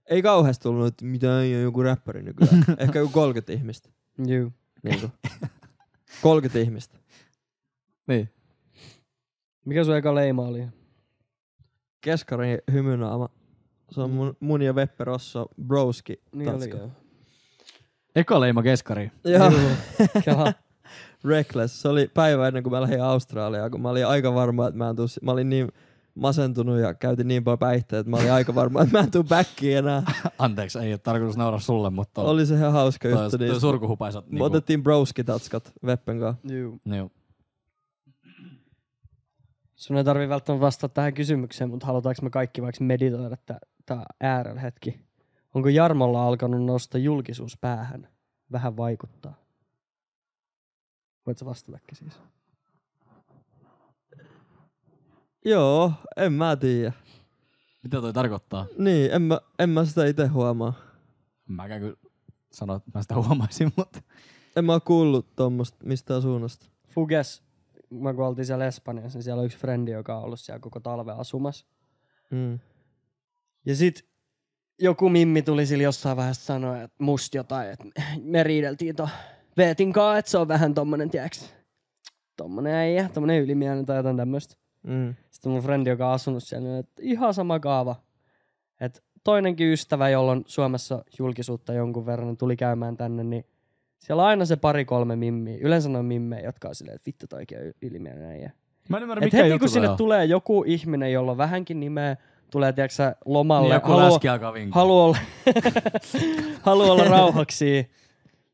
[SPEAKER 2] ei kauheasti tullut, että mitä ei ole joku räppäri nykyään. Ehkä joku 30 ihmistä.
[SPEAKER 3] Juu.
[SPEAKER 2] Niin kuin. 30 ihmistä.
[SPEAKER 1] Niin.
[SPEAKER 3] Mikä sun eka leima oli?
[SPEAKER 2] Keskarin hymynaama. Se on mun, mun ja Veppe Rosso broski.
[SPEAKER 3] Niin oli
[SPEAKER 2] tatska.
[SPEAKER 3] joo.
[SPEAKER 1] Eka leima keskari.
[SPEAKER 2] Joo.
[SPEAKER 3] Jaha.
[SPEAKER 2] Reckless. Se oli päivä ennen kuin mä lähdin Australiaan, kun mä olin aika varma, että mä en tuu, si- mä olin niin masentunut ja käytin niin paljon päihteitä, että mä olin aika varma, että mä en tuu backiin enää.
[SPEAKER 1] Anteeksi, ei ole tarkoitus nauraa sulle, mutta
[SPEAKER 2] Oli se ihan hauska
[SPEAKER 1] toi,
[SPEAKER 2] juttu.
[SPEAKER 1] toi
[SPEAKER 2] Niin
[SPEAKER 1] surkuhupaisat.
[SPEAKER 2] me
[SPEAKER 1] Niinku,
[SPEAKER 2] otettiin broski-tatskat Veppen kanssa.
[SPEAKER 3] Juu.
[SPEAKER 1] Joo.
[SPEAKER 3] Sun ei tarvi välttämättä vastata tähän kysymykseen, mutta halutaanko me kaikki vaikka meditoida tämä äärellä hetki? Onko Jarmolla alkanut nousta julkisuus päähän? Vähän vaikuttaa. Voit sä vastatakin siis?
[SPEAKER 2] Joo, en mä tiedä.
[SPEAKER 1] Mitä toi tarkoittaa?
[SPEAKER 2] Niin, en mä, en mä sitä itse huomaa.
[SPEAKER 1] Mäkään kyllä sano, että mä sitä huomaisin, mutta
[SPEAKER 2] En mä oo kuullut tommosta mistään suunnasta.
[SPEAKER 3] Fuges, mä kun oltiin siellä Espanjassa, niin siellä on yksi frendi, joka on ollut siellä koko talve asumassa.
[SPEAKER 2] Mm.
[SPEAKER 3] Ja sit joku mimmi tuli sillä jossain vaiheessa sanoa, että must jotain, että me riideltiin to Veetin kaa, että se on vähän tommonen, tiiäks, tommonen äijä, tommonen ylimielinen tai jotain tämmöstä.
[SPEAKER 2] Mm.
[SPEAKER 3] Sitten mun frendi, joka on asunut siellä, niin että ihan sama kaava. Että toinenkin ystävä, jolla on Suomessa julkisuutta jonkun verran, tuli käymään tänne, niin siellä on aina se pari-kolme mimmiä. Yleensä ne on mimmejä, jotka on silleen, että vittu toikin on ylimielinen äijä.
[SPEAKER 1] mä en ymmärrä,
[SPEAKER 3] Et
[SPEAKER 1] No mikä
[SPEAKER 3] heti kun
[SPEAKER 1] juttu
[SPEAKER 3] sinne
[SPEAKER 1] toi on.
[SPEAKER 3] tulee joku ihminen, jolla on vähänkin nimeä, tulee tiedätkö sä, lomalle,
[SPEAKER 1] Niin joku
[SPEAKER 3] haluaa,
[SPEAKER 1] läski alkaa vinkkua.
[SPEAKER 3] haluaa, olla, haluaa olla rauhaksi.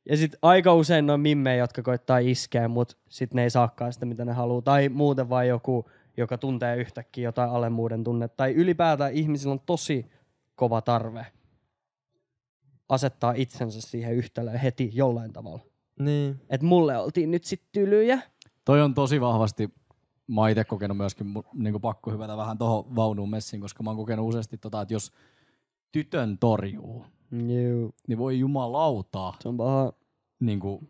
[SPEAKER 3] Ja sit aika usein ne on mimmejä, jotka koittaa iskeä, mut sit ne ei saakaan sitä, mitä ne haluaa. Tai muuten vaan joku, joka tuntee yhtäkkiä jotain alemmuuden tunnetta. Tai ylipäätään ihmisillä on tosi kova tarve asettaa itsensä siihen yhtälöön heti jollain tavalla.
[SPEAKER 2] Niin.
[SPEAKER 3] Et mulle oltiin nyt sit tylyjä.
[SPEAKER 1] Toi on tosi vahvasti, mä oon itse kokenut myöskin, niin pakko hypätä vähän tohon vaunuun messiin, koska mä oon kokenut useasti tota, että jos tytön torjuu,
[SPEAKER 3] Juu,
[SPEAKER 1] niin voi jumalauta.
[SPEAKER 3] se on paha.
[SPEAKER 1] Niin kuin,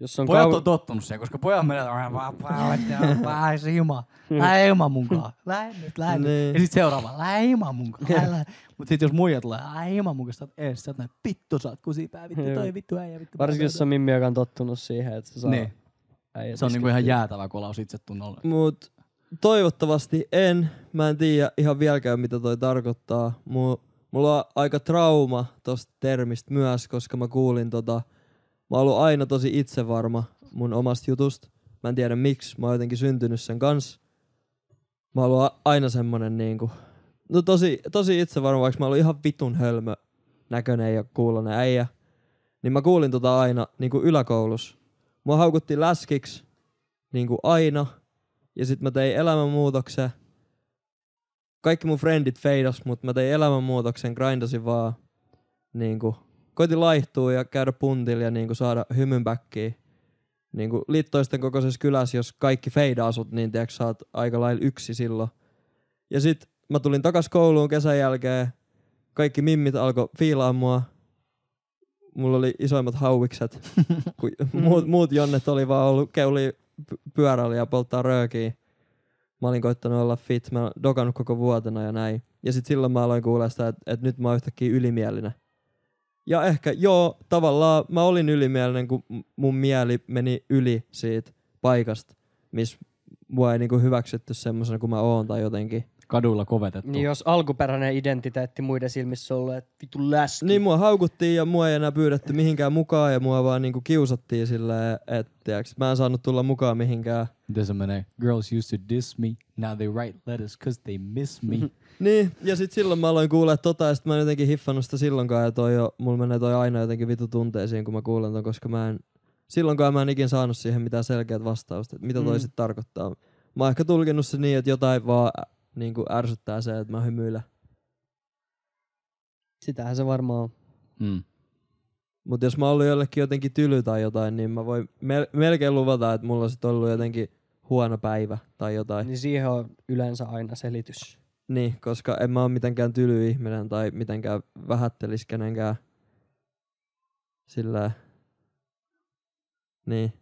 [SPEAKER 3] Jos on
[SPEAKER 1] pojat
[SPEAKER 3] kauan...
[SPEAKER 1] on tottunut siihen, koska pojat menee, "Ää, vaan päälle, vähän se ima,
[SPEAKER 3] Mm.
[SPEAKER 1] lähde ilman munkaan, lähde nyt, lähde nyt.
[SPEAKER 2] Niin.
[SPEAKER 1] Ja sit seuraava, lähde ilman munkaan, lähde, lähde. Mut sit jos muija tulee, lähde ilman munkaan, sä oot ees, sä oot näin, vittu sä oot kusipää, vittu toi,
[SPEAKER 3] Joo.
[SPEAKER 1] vittu äijä, vittu.
[SPEAKER 3] Varsinkin jos on mimmi, joka on tottunut siihen, että se saa
[SPEAKER 1] Niin,
[SPEAKER 3] äijät
[SPEAKER 1] se on niinku
[SPEAKER 3] iskettyä.
[SPEAKER 1] ihan jäätävä kolaus itsetunnolle.
[SPEAKER 2] Mut toivottavasti en. Mä en tiedä ihan vieläkään, mitä toi tarkoittaa. Mu- Mulla on aika trauma tosta termistä myös, koska mä kuulin tota... Mä oon ollut aina tosi itsevarma mun omasta jutusta. Mä en tiedä miksi, mä oon jotenkin syntynyt sen kanssa. Mä oon ollut a- aina semmonen niinku... No tosi, tosi itsevarma, vaikka mä oon ollut ihan vitun hölmö näköinen ja kuulonen äijä. Niin mä kuulin tota aina niinku yläkoulussa. Mua haukuttiin läskiksi niinku aina. Ja sit mä tein elämänmuutoksen. Kaikki mun frendit feidas, mutta mä tein elämänmuutoksen, grindasin vaan. Niinku, koitin laihtua ja käydä puntilla ja niinku saada hymyn backiin. Niinku liittoisten kokoisessa kylässä, jos kaikki feidaa sut, niin tiedätkö, sä oot aika lailla yksi silloin. Ja sit mä tulin takas kouluun kesän jälkeen. Kaikki mimmit alkoi fiilaa mua. mulla oli isoimmat hauikset, kun muut, muut jonnet oli vaan ollut keuli py- pyörällä ja polttaa röökiä. Mä olin koittanut olla fit, mä oon dokannut koko vuotena ja näin. Ja sit silloin mä aloin kuulla sitä, että, että nyt mä oon yhtäkkiä ylimielinen. Ja ehkä, joo, tavallaan mä olin ylimielinen, kun m- mun mieli meni yli siitä paikasta, missä mua ei niinku hyväksytty semmoisena kuin mä oon tai jotenkin.
[SPEAKER 1] Kadulla kovetettu.
[SPEAKER 3] Niin jos alkuperäinen identiteetti muiden silmissä on ollut, että vitu läski.
[SPEAKER 2] Niin mua haukuttiin ja mua ei enää pyydetty mihinkään mukaan ja mua vaan niinku kiusattiin silleen, että mä en saanut tulla mukaan mihinkään.
[SPEAKER 1] Miten se menee? Girls used to diss me, now they write letters cause they miss me.
[SPEAKER 3] Mm-hmm.
[SPEAKER 2] Niin, ja sit silloin mä aloin kuulla tota, ja sit mä en jotenkin hiffannut sitä silloinkaan, ja toi jo, mulla menee toi aina jotenkin vitu tunteisiin, kun mä kuulen ton, koska mä en, silloinkaan mä en ikin saanut siihen mitään selkeät vastausta, että mitä toi
[SPEAKER 3] Mm.
[SPEAKER 2] sit tarkoittaa. Mä oon ehkä tulkinut se niin, että jotain vaan ä, niin kuin ärsyttää se, että mä hymyilen.
[SPEAKER 3] Sitähän se varmaan on.
[SPEAKER 1] mm.
[SPEAKER 2] Mutta jos mä oon ollut jollekin jotenkin tyly tai jotain, niin mä voin mel- melkein luvata, että mulla on sit ollut jotenkin huono päivä tai jotain.
[SPEAKER 3] Niin siihen on yleensä aina selitys.
[SPEAKER 2] Niin, koska en mä ole mitenkään tyly ihminen tai mitenkään vähättelis kenenkään sillä Niin.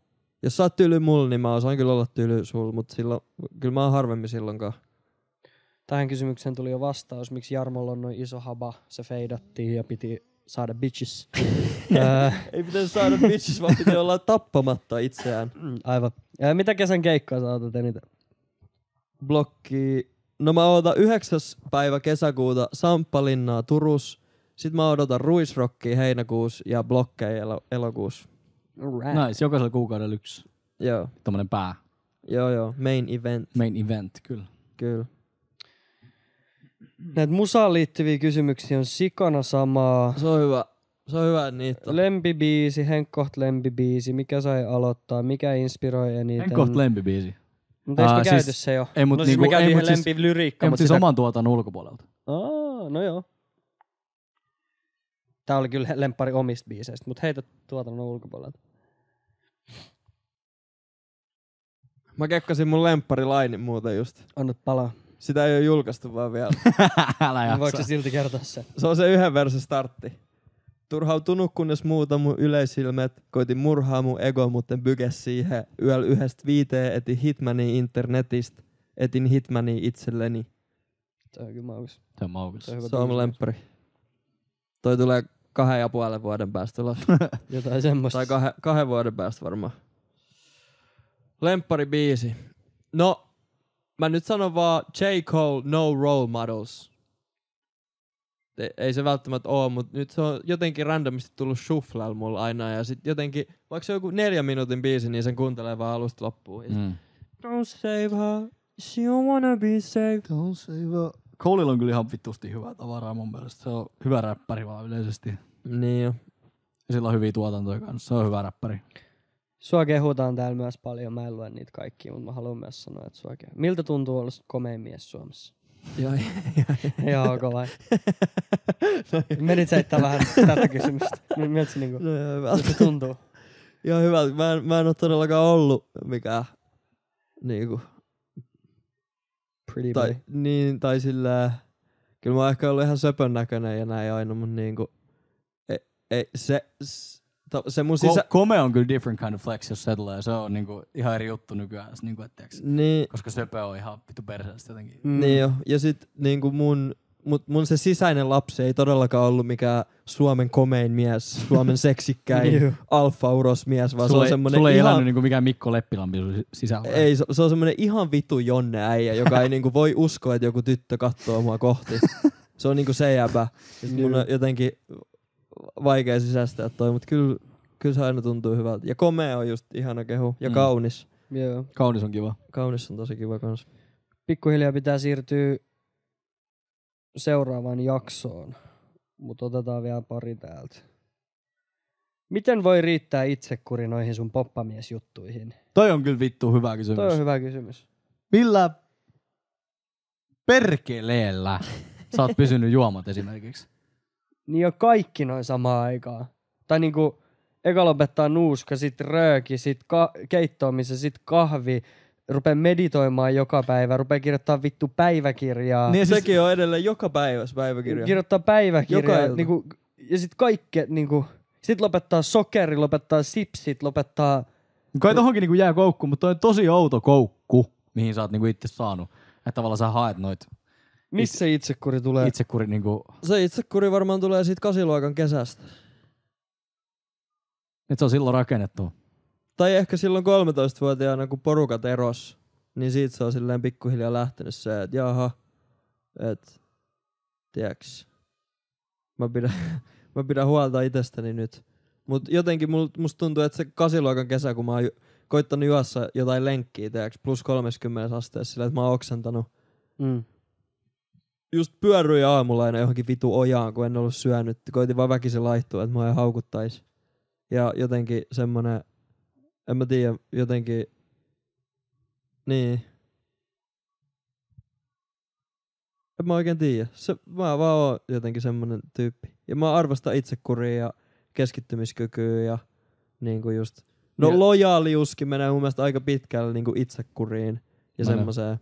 [SPEAKER 2] Jos sä oot tyly mulla, niin mä osaan kyllä olla tyly sul, mutta silloin, kyllä mä oon harvemmin silloinkaan.
[SPEAKER 3] Tähän kysymykseen tuli jo vastaus, miksi Jarmolla on noin iso haba, se feidattiin ja piti saada bitches. Ää,
[SPEAKER 2] Ei pitäisi saada bitches, vaan pitää olla tappamatta itseään.
[SPEAKER 3] mm, Aivan. Ää, Mitä kesän keikkaa sä otat eniten?
[SPEAKER 2] Blokki. No mä odotan 9. päivä kesäkuuta Samppalinnaa Turus. Sitten mä odotan Ruisrockia heinäkuussa ja blokkeja elo- elokuussa.
[SPEAKER 3] Alright.
[SPEAKER 1] Nice, jokaisella kuukaudella yksi
[SPEAKER 2] Joo,
[SPEAKER 1] tommonen pää.
[SPEAKER 2] joo, joo. Main event,
[SPEAKER 1] Main event, kyllä.
[SPEAKER 3] Niin,
[SPEAKER 2] kyllä.
[SPEAKER 3] Näitä musaan liittyviä kysymyksiä on sikana samaa.
[SPEAKER 2] Se on hyvä. Se on hyvä, että niitä on.
[SPEAKER 3] Lempibiisi, Henkkoht lempibiisi, mikä sai aloittaa, mikä inspiroi eniten.
[SPEAKER 1] En kohta lempibiisi.
[SPEAKER 3] Mutta eikö
[SPEAKER 1] Aa,
[SPEAKER 3] me
[SPEAKER 1] siis-
[SPEAKER 3] käyty se jo?
[SPEAKER 1] ei, mut
[SPEAKER 3] no siis me
[SPEAKER 1] niinku-
[SPEAKER 3] käytiin
[SPEAKER 1] ei, mut
[SPEAKER 3] ihan
[SPEAKER 1] siis-
[SPEAKER 3] lempilyriikka,
[SPEAKER 1] Ei,
[SPEAKER 3] mut
[SPEAKER 1] mutta siis
[SPEAKER 3] sitä-
[SPEAKER 1] oman tuotannon ulkopuolelta.
[SPEAKER 3] Aa, no joo. Tää oli kyllä lempari omista biiseistä, mutta heitä tuotannon ulkopuolelta.
[SPEAKER 2] Mä kekkasin mun lempparilainin muuten just.
[SPEAKER 3] Annat palaa.
[SPEAKER 2] Sitä ei ole julkaistu vaan vielä.
[SPEAKER 1] Älä
[SPEAKER 3] Ja Niin Voiko
[SPEAKER 1] jaksa.
[SPEAKER 3] se silti kertoa se?
[SPEAKER 2] Se on se yhden versen startti. Turhautunut kunnes muuta mun yleisilmet. Koitin murhaa mun ego, mutten bykes siihen. Yöllä yhdestä viiteen etin hitmani internetistä. Etin hitmani itselleni.
[SPEAKER 3] Se on kyllä maukas.
[SPEAKER 1] Se on maukas.
[SPEAKER 3] Se on hyvä
[SPEAKER 2] Se on mun
[SPEAKER 3] biisi.
[SPEAKER 2] lemppari. Toi tulee kahden ja puolen vuoden päästä ulos.
[SPEAKER 3] Jotain semmoista.
[SPEAKER 2] tai kahden, kahden vuoden päästä varmaan. Lemppari biisi. No, mä nyt sanon vaan J. Cole, No Role Models. Ei, ei se välttämättä oo, mutta nyt se on jotenkin randomisti tullut shufflella mulla aina. Ja sit jotenkin, vaikka se on joku neljä minuutin biisi, niin sen kuuntelee vaan alusta loppuun. Mm.
[SPEAKER 1] Mm.
[SPEAKER 2] Don't save her, she don't wanna be saved.
[SPEAKER 1] Coleilla on kyllä ihan vittusti hyvää tavaraa mun mielestä. Se on hyvä räppäri vaan yleisesti.
[SPEAKER 2] Niin jo.
[SPEAKER 1] Ja sillä on hyviä tuotantoja kanssa. Se on hyvä räppäri.
[SPEAKER 3] Sua kehutaan täällä myös paljon. Mä en lue niitä kaikkia, mutta mä haluan myös sanoa, että sua kehutaan. Miltä tuntuu olla komein mies Suomessa?
[SPEAKER 2] Joo,
[SPEAKER 3] Joo, ok vai? Menit seittää vähän tätä kysymystä. M- Miltä se, niinku,
[SPEAKER 2] no, joo,
[SPEAKER 3] miltä
[SPEAKER 2] hyvältä.
[SPEAKER 3] se tuntuu?
[SPEAKER 2] Joo, hyvältä. Mä en, mä en oo todellakaan ollut mikään niinku
[SPEAKER 3] Pretty
[SPEAKER 2] tai, niin, tai sillä, kyllä mä oon ehkä ollut ihan söpön näköinen ja näin aina, mutta niinku, ei, ei, se, s- ta- se mun
[SPEAKER 1] Sisä...
[SPEAKER 2] sisä...
[SPEAKER 1] Kome on kyllä different kind of flex, jos se tulee. Se on niinku ihan eri juttu nykyään. Se Niinku, et tiiäks,
[SPEAKER 2] Niin,
[SPEAKER 1] koska söpö on ihan vittu perseestä jotenkin.
[SPEAKER 3] Mm.
[SPEAKER 2] niin jo. Ja sit niinku mun, mut mun se sisäinen lapsi ei todellakaan ollut mikään Suomen komein mies, Suomen seksikkäin,
[SPEAKER 3] Juu.
[SPEAKER 2] alfa-uros mies, vaan
[SPEAKER 1] Sulla
[SPEAKER 2] se on
[SPEAKER 1] ei-
[SPEAKER 2] semmonen
[SPEAKER 1] sulla ei
[SPEAKER 2] ihan...
[SPEAKER 1] elänyt niinku mikään Mikko Leppilampi sun sisällä.
[SPEAKER 2] Ei, se, se on semmoinen ihan vitu jonne äijä, joka ei niinku voi uskoa, että joku tyttö katsoo mua kohti. Se on niinku se jäbä. Ja sit mun on jotenkin vaikea sisäistää toi, mutta kyllä, kyllä se aina tuntuu hyvältä. Ja komea on just ihana kehu. Ja
[SPEAKER 1] Mm.
[SPEAKER 2] kaunis.
[SPEAKER 3] Joo.
[SPEAKER 1] Kaunis on kiva.
[SPEAKER 2] Kaunis on tosi kiva kans.
[SPEAKER 3] pikkuhiljaa pitää siirtyä seuraavaan jaksoon, mutta otetaan vielä pari täältä. Miten voi riittää itsekuri noihin sun poppamiesjuttuihin?
[SPEAKER 1] Toi on kyllä vittu hyvä kysymys.
[SPEAKER 3] Toi on hyvä kysymys.
[SPEAKER 1] Millä perkeleellä sä oot pysynyt juomat esimerkiksi?
[SPEAKER 3] Niin on kaikki noin samaan aikaan. Tai niinku eka lopettaa nuuska, sit rööki, sit ka- keittoamisen, sit kahvi, rupee meditoimaan joka päivä, rupee kirjoittaa vittu päiväkirjaa.
[SPEAKER 2] Ja
[SPEAKER 1] Niin
[SPEAKER 2] Sekin on edelleen joka päivässä päiväkirja.
[SPEAKER 3] kirjoittaa päiväkirjaa.
[SPEAKER 2] Joka ilta.
[SPEAKER 3] Niinku, ja sit kaikkea, niinku,
[SPEAKER 4] Sitten lopettaa sokeri, lopettaa sipsit, lopettaa...
[SPEAKER 1] Kai tohonkin niinku jää koukku, mutta toi on tosi outo koukku, mihin sä oot niinku itse saanut. Että tavallaan sä haet noit
[SPEAKER 4] Missä se itsekuri tulee? Itse.
[SPEAKER 1] itsekuri niinku,
[SPEAKER 2] Se itse kuri varmaan tulee siitä kasiluokan kesästä.
[SPEAKER 1] että se on silloin rakennettu.
[SPEAKER 2] Niinku- Tai ehkä silloin 13-vuotiaana, kun porukat eros, niin siitä se on silleen pikkuhiljaa lähtenyt se, että jaha, että tiiäks, mä pidän, mä pidän huolta itsestäni nyt. Mut jotenkin mul, musta tuntuu, että se kasiluokan kesä, kun mä oon ju- koittanut juossa jotain lenkkiä, tiiäks, plus 30 asteessa sillä, että mä oon oksentanut
[SPEAKER 4] Mm.
[SPEAKER 2] just pyörryin aamulla aina johonkin vitu ojaan, kun en ollut syönyt. Koitin vaan väkisin laihtua, että mua ei haukuttais. Ja jotenkin semmonen, en mä tiedä, jotenkin, niin. En mä oikein tiedä. Se, mä vaan oon jotenkin semmonen tyyppi. Ja mä arvostan itsekuria ja keskittymiskykyä ja niinku just, no
[SPEAKER 1] Ja-
[SPEAKER 2] lojaaliuskin menee mun mielestä aika pitkälle niinku itsekuriin ja
[SPEAKER 1] Menee.
[SPEAKER 2] semmoseen.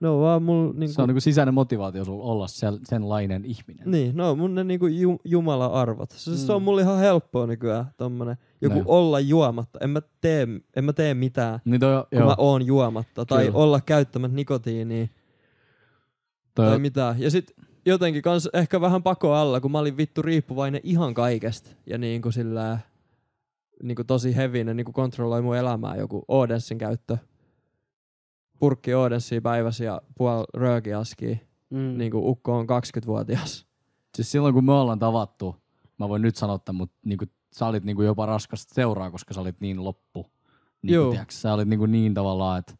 [SPEAKER 2] No vaan mulla niinku...
[SPEAKER 1] Se on niinku sisäinen motivaatio sulla olla sel- senlainen ihminen.
[SPEAKER 2] Niin, no mun ne niinku ju, jumala-arvot. Se, mm. se on
[SPEAKER 4] Mm.
[SPEAKER 2] mulle ihan helppoa nykyään tommonen. Joku
[SPEAKER 1] Näin.
[SPEAKER 2] olla juomatta. En mä tee, en mä tee mitään,
[SPEAKER 1] Niin toi,
[SPEAKER 2] kun
[SPEAKER 1] joo,
[SPEAKER 2] mä oon juomatta. Tai
[SPEAKER 1] Kyllä.
[SPEAKER 2] olla käyttämättä nikotiinia
[SPEAKER 1] toi,
[SPEAKER 2] tai
[SPEAKER 1] on-
[SPEAKER 2] mitään. Ja sit jotenkin kans ehkä vähän pako alla, kun mä olin vittu riippuvainen ihan kaikesta. Ja niinku sillä niinku tosi hevinen, niinku kontrolloi mun elämää joku Odensin käyttö. Purkki Odensia päivässä ja puoli röökiaskia.
[SPEAKER 4] Mm.
[SPEAKER 1] Niin,
[SPEAKER 2] Mm. Niinku ukko on 20-vuotias.
[SPEAKER 1] siis silloin kun me ollaan tavattu, mä voin nyt sanoa tämän, mutta niinku, sä olit niinku jopa raskas seuraa, koska sä olit niin loppu. Niinku,
[SPEAKER 2] Joo.
[SPEAKER 1] tiiäks, sä olit niinku niin tavallaan, että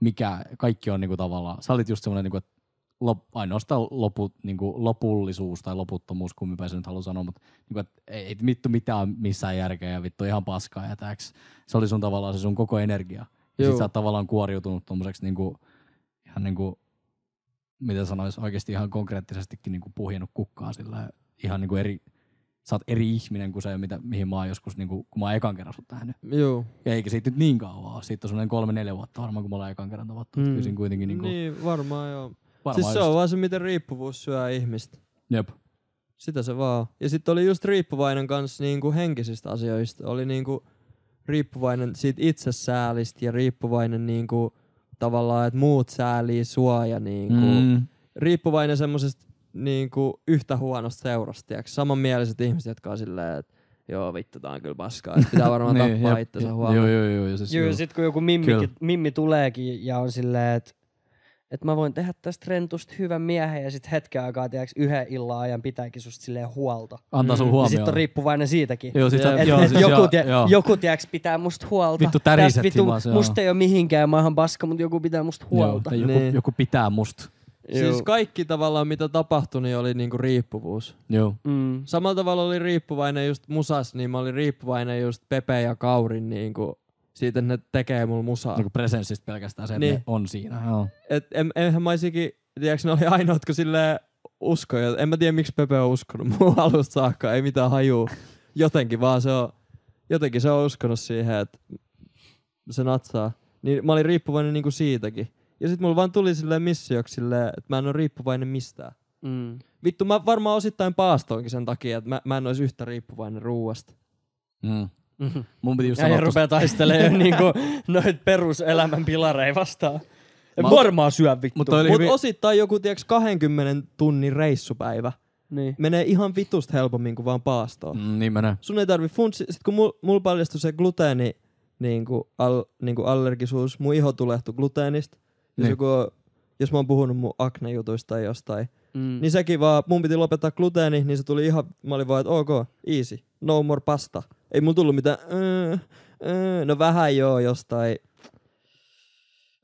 [SPEAKER 1] mikä, kaikki on niinku tavallaan, sä olit just semmoinen, niinku, että lop, ainoastaan lopu, niinku, lopullisuus tai loputtomuus, kumminpä se nyt haluaa sanoa, mutta niinku, et, ei, ei vittu mitään missään järkeä ja vittu ihan paskaa ja täks. Se oli sun tavallaan se sun koko energia. Ja sit
[SPEAKER 2] Joo.
[SPEAKER 1] sä oot tavallaan kuoriutunut tommoseksi niinku, ihan niinku, mitä sanois, oikeasti ihan konkreettisestikin niinku puhjennut kukkaa sillä ihan niinku eri, sä oot eri ihminen kuin se, mitä, mihin mä oon joskus, niinku, kun mä oon ekan kerran sut nähnyt.
[SPEAKER 2] Joo.
[SPEAKER 1] Ja eikä siitä nyt niin kauan ole. Siitä on semmoinen kolme, neljä vuotta varmaan, kun me ollaan ekan kerran tavattu.
[SPEAKER 4] Mm.
[SPEAKER 1] Mm. Kyllä siinä kuitenkin niinku, niin,
[SPEAKER 2] Niin, varmaan joo.
[SPEAKER 1] varmaan
[SPEAKER 2] Siis se
[SPEAKER 1] just-
[SPEAKER 2] on vaan se, miten riippuvuus syö ihmistä.
[SPEAKER 1] Jep.
[SPEAKER 2] Sitä se vaan. on. Ja sitten oli just riippuvainen kans niinku henkisistä asioista. Oli niinku riippuvainen siitä itsesäälistä ja riippuvainen niinku tavallaan, että muut säälii sua ja niinku mm.
[SPEAKER 1] Mm.
[SPEAKER 2] riippuvainen semmosesta niinku yhtä huonosta seurasta. Tiiäks? Samanmieliset ihmiset, jotka on silleen, että joo vittu, tää on kyllä paskaa. että Pitää varmaan tappaa
[SPEAKER 1] Niin, jep,
[SPEAKER 2] itsensä
[SPEAKER 1] jep.
[SPEAKER 2] huomenna.
[SPEAKER 1] Joo, joo, joo. Ja siis,
[SPEAKER 4] Joo, ja sit kun joku mimmi,
[SPEAKER 1] Kyllä.
[SPEAKER 4] mimmi tuleekin ja on silleen, että et mä voin tehdä tästä rentusta hyvän miehen ja sit hetken aikaa, tiedäks, yhden illan ajan pitääkin susta silleen huolta.
[SPEAKER 1] Antaa sun
[SPEAKER 4] Ja
[SPEAKER 1] huomioon.
[SPEAKER 4] sit on riippuvainen siitäkin.
[SPEAKER 1] Joo, sit sä,
[SPEAKER 4] Et,
[SPEAKER 1] joo,
[SPEAKER 4] et
[SPEAKER 1] siis
[SPEAKER 4] joku,
[SPEAKER 1] joo,
[SPEAKER 4] tie,
[SPEAKER 1] joo.
[SPEAKER 4] joku tiiäks, pitää musta huolta.
[SPEAKER 1] Vittu täriset
[SPEAKER 4] Tästä
[SPEAKER 1] himas, joo.
[SPEAKER 4] musta ei ole mihinkään, mä oon ihan paska, mutta joku pitää musta
[SPEAKER 1] Joo,
[SPEAKER 4] huolta.
[SPEAKER 1] tai joku,
[SPEAKER 2] Niin.
[SPEAKER 1] joku pitää musta.
[SPEAKER 2] Siis kaikki tavallaan, mitä tapahtui, niin oli niinku riippuvuus.
[SPEAKER 1] Joo.
[SPEAKER 4] mm.
[SPEAKER 2] Samalla tavalla oli riippuvainen just musas, niin mä olin riippuvainen just Pepe ja Kaurin niin kuin, siitä, että ne tekee mulla
[SPEAKER 4] Ah.
[SPEAKER 2] musaa.
[SPEAKER 1] Niin presenssistä pelkästään se, että
[SPEAKER 2] Niin.
[SPEAKER 1] ne on siinä. Joo.
[SPEAKER 2] Et en, enhän mä isikin, tiiäks, ne oli ainoat, kun silleen uskoi. En mä tiedä, miksi Pepe on uskonut mun alusta saakka, ei mitään hajuu. Jotenkin vaan se on, jotenkin se on uskonut siihen, että se natsaa. Niin mä olin riippuvainen niinku siitäkin. Ja sit mulla vaan tuli silleen missioksi silleen, että mä en ole riippuvainen mistään.
[SPEAKER 4] Mm.
[SPEAKER 2] Vittu, mä varmaan osittain paastoinkin sen takia, että mä, mä en olisi yhtä riippuvainen ruuasta.
[SPEAKER 1] Mm.
[SPEAKER 4] Mhm.
[SPEAKER 1] Mun piti just
[SPEAKER 4] Ja
[SPEAKER 1] sanoa
[SPEAKER 4] ne
[SPEAKER 1] tosta-
[SPEAKER 4] rupeaa taistelemaan jo niinku noit peruselämän pilareja vastaan. En
[SPEAKER 1] Mä-
[SPEAKER 4] varmaan syö vittu.
[SPEAKER 1] Mut toi oli
[SPEAKER 2] Mutta
[SPEAKER 1] hyvin-
[SPEAKER 2] osittain joku tiiäks, 20 tunnin reissupäivä
[SPEAKER 4] Niin.
[SPEAKER 2] menee ihan vitusta helpommin kuin vaan paastoon. Mm.
[SPEAKER 1] Mm, niin menee.
[SPEAKER 2] Sun ei tarvi funtsi. Sitten kun mulla mul paljastui se gluteeni niin kuin al, niin kuin allergisuus, mun iho tulehtui gluteenista. Jos,
[SPEAKER 1] Niin.
[SPEAKER 2] joku, on- jos mä oon puhunut mun aknejutuista tai jostain,
[SPEAKER 4] Mm.
[SPEAKER 2] niin sekin vaan, mun piti lopettaa gluteeni, niin se tuli ihan, mä olin vaan, että ok, easy, no more pasta. Ei mulla tullut mitään, öö, öö, no vähän joo jostain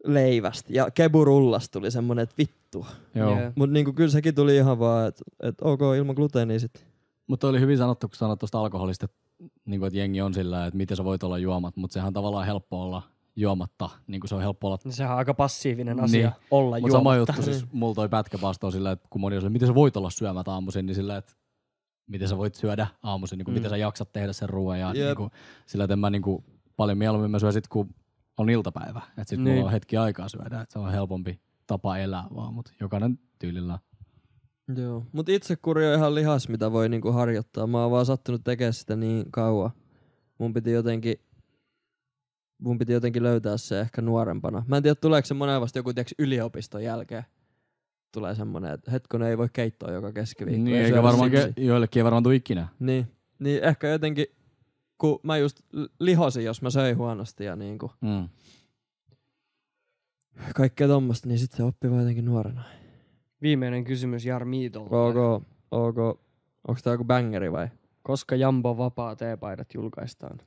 [SPEAKER 2] leivästä. Ja keburullasta tuli semmonen, että vittu.
[SPEAKER 1] Joo.
[SPEAKER 4] Jee.
[SPEAKER 2] Mutta niinku, kyllä sekin tuli ihan vaan, että et, ok, ilman gluteenia sit.
[SPEAKER 1] Mutta oli hyvin sanottu, kun sanoit tuosta alkoholista, että, niin kuin, että jengi on sillä, että miten sä voit olla juomat, mutta sehän on tavallaan helppo olla juomatta, niin kuin se on helppo olla.
[SPEAKER 4] Niin Sehän on aika passiivinen asia
[SPEAKER 1] Niin.
[SPEAKER 4] olla
[SPEAKER 1] Mutta sama
[SPEAKER 4] juomatta.
[SPEAKER 1] juttu, siis mulla toi pätkä vastaa sillä, että kun moni on sillä, miten sä voit olla syömättä aamuisin, niin sillä, että miten sä voit syödä aamuisin, niin kuin,
[SPEAKER 2] Mm.
[SPEAKER 1] miten sä jaksat tehdä sen ruoan ja
[SPEAKER 2] Jep.
[SPEAKER 1] niin kuin, sillä, että en mä niin kuin, paljon mieluummin mä syön sit, kun on iltapäivä, että sit niin.
[SPEAKER 4] Niin.
[SPEAKER 1] mulla on hetki aikaa syödä, että se on helpompi tapa elää vaan, mutta jokainen tyylillä.
[SPEAKER 2] Joo. Mut itsekuri on ihan lihas, mitä voi niinku harjoittaa. Mä oon vaan sattunut tekemään sitä niin kauan. Mun piti jotenkin mun piti jotenkin löytää se ehkä nuorempana. Mä en tiedä, tuleeko semmoinen vasta joku tiiäks, yliopiston jälkeen. Tulee semmoinen, että hetkone ei voi keittoa joka keskiviikko.
[SPEAKER 1] Niin,
[SPEAKER 2] ja
[SPEAKER 1] eikä
[SPEAKER 2] syödä
[SPEAKER 1] varmaan,
[SPEAKER 2] sipsiä.
[SPEAKER 1] ke- joillekin ei varmaan tule ikinä.
[SPEAKER 2] Niin, niin ehkä jotenkin, kun mä just l- lihosin, jos mä söin huonosti ja niin kuin
[SPEAKER 1] Mm.
[SPEAKER 2] kaikkea tommosta, niin sitten se oppi vaan jotenkin nuorena.
[SPEAKER 4] Viimeinen kysymys Jarmiitolta.
[SPEAKER 2] Ok, ok. Onks tää joku bangeri vai?
[SPEAKER 4] Koska Jambo vapaa teepaidat julkaistaan?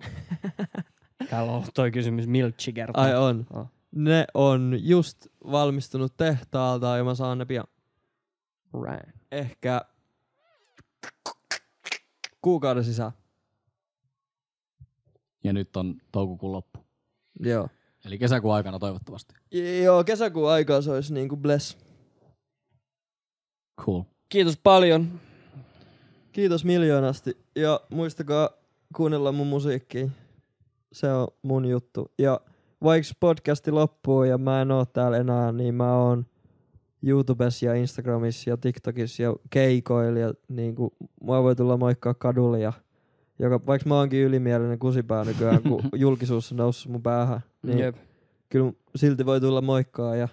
[SPEAKER 4] Täällä on toi kysymys Miltsi kertoo.
[SPEAKER 2] Ai on.
[SPEAKER 4] Joo.
[SPEAKER 2] Ne on just valmistunut tehtaalta ja mä saan ne pian.
[SPEAKER 4] Right.
[SPEAKER 2] Ehkä kuukauden sisään.
[SPEAKER 1] Ja nyt on toukokuun loppu.
[SPEAKER 2] Joo.
[SPEAKER 1] Eli kesäkuun aikana toivottavasti.
[SPEAKER 2] Joo, kesäkuun aikaa se olisi niinku bless.
[SPEAKER 1] Cool.
[SPEAKER 4] Kiitos paljon.
[SPEAKER 2] Kiitos miljoonasti ja muistakaa kuunnella mun musiikkia. Se on mun juttu. Ja vaikka podcasti loppuu ja mä en oo täällä enää, niin mä oon YouTubessa ja Instagramissa ja TikTokissa ja keikoilla ja niinku, mua voi tulla moikkaa kadulla ja joka, vaikka mä oonkin ylimielinen kusipää nykyään, kun julkisuus on noussut mun päähän, niin
[SPEAKER 4] Jep.
[SPEAKER 2] kyllä silti voi tulla moikkaa ja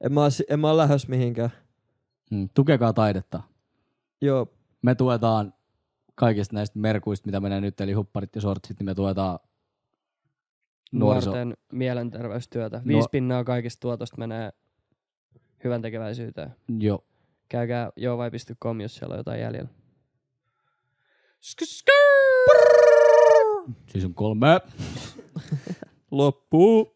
[SPEAKER 2] en mä, oo si- en mä oo lähes mihinkään.
[SPEAKER 1] Mm. Tukekaa taidetta.
[SPEAKER 2] Joo,
[SPEAKER 1] Me tuetaan kaikista näistä merkuista, mitä menee nyt, eli hupparit ja sortsit, niin me tuetaan nuoriso.
[SPEAKER 4] Nuorten mielenterveystyötä. Viisi
[SPEAKER 1] Nuor-
[SPEAKER 4] pinnaa kaikista tuotosta menee hyvän tekeväisyyteen.
[SPEAKER 1] Joo.
[SPEAKER 4] Käykää joovai.com, jos siellä on jotain jäljellä.
[SPEAKER 1] Siis on kolme. Loppuu.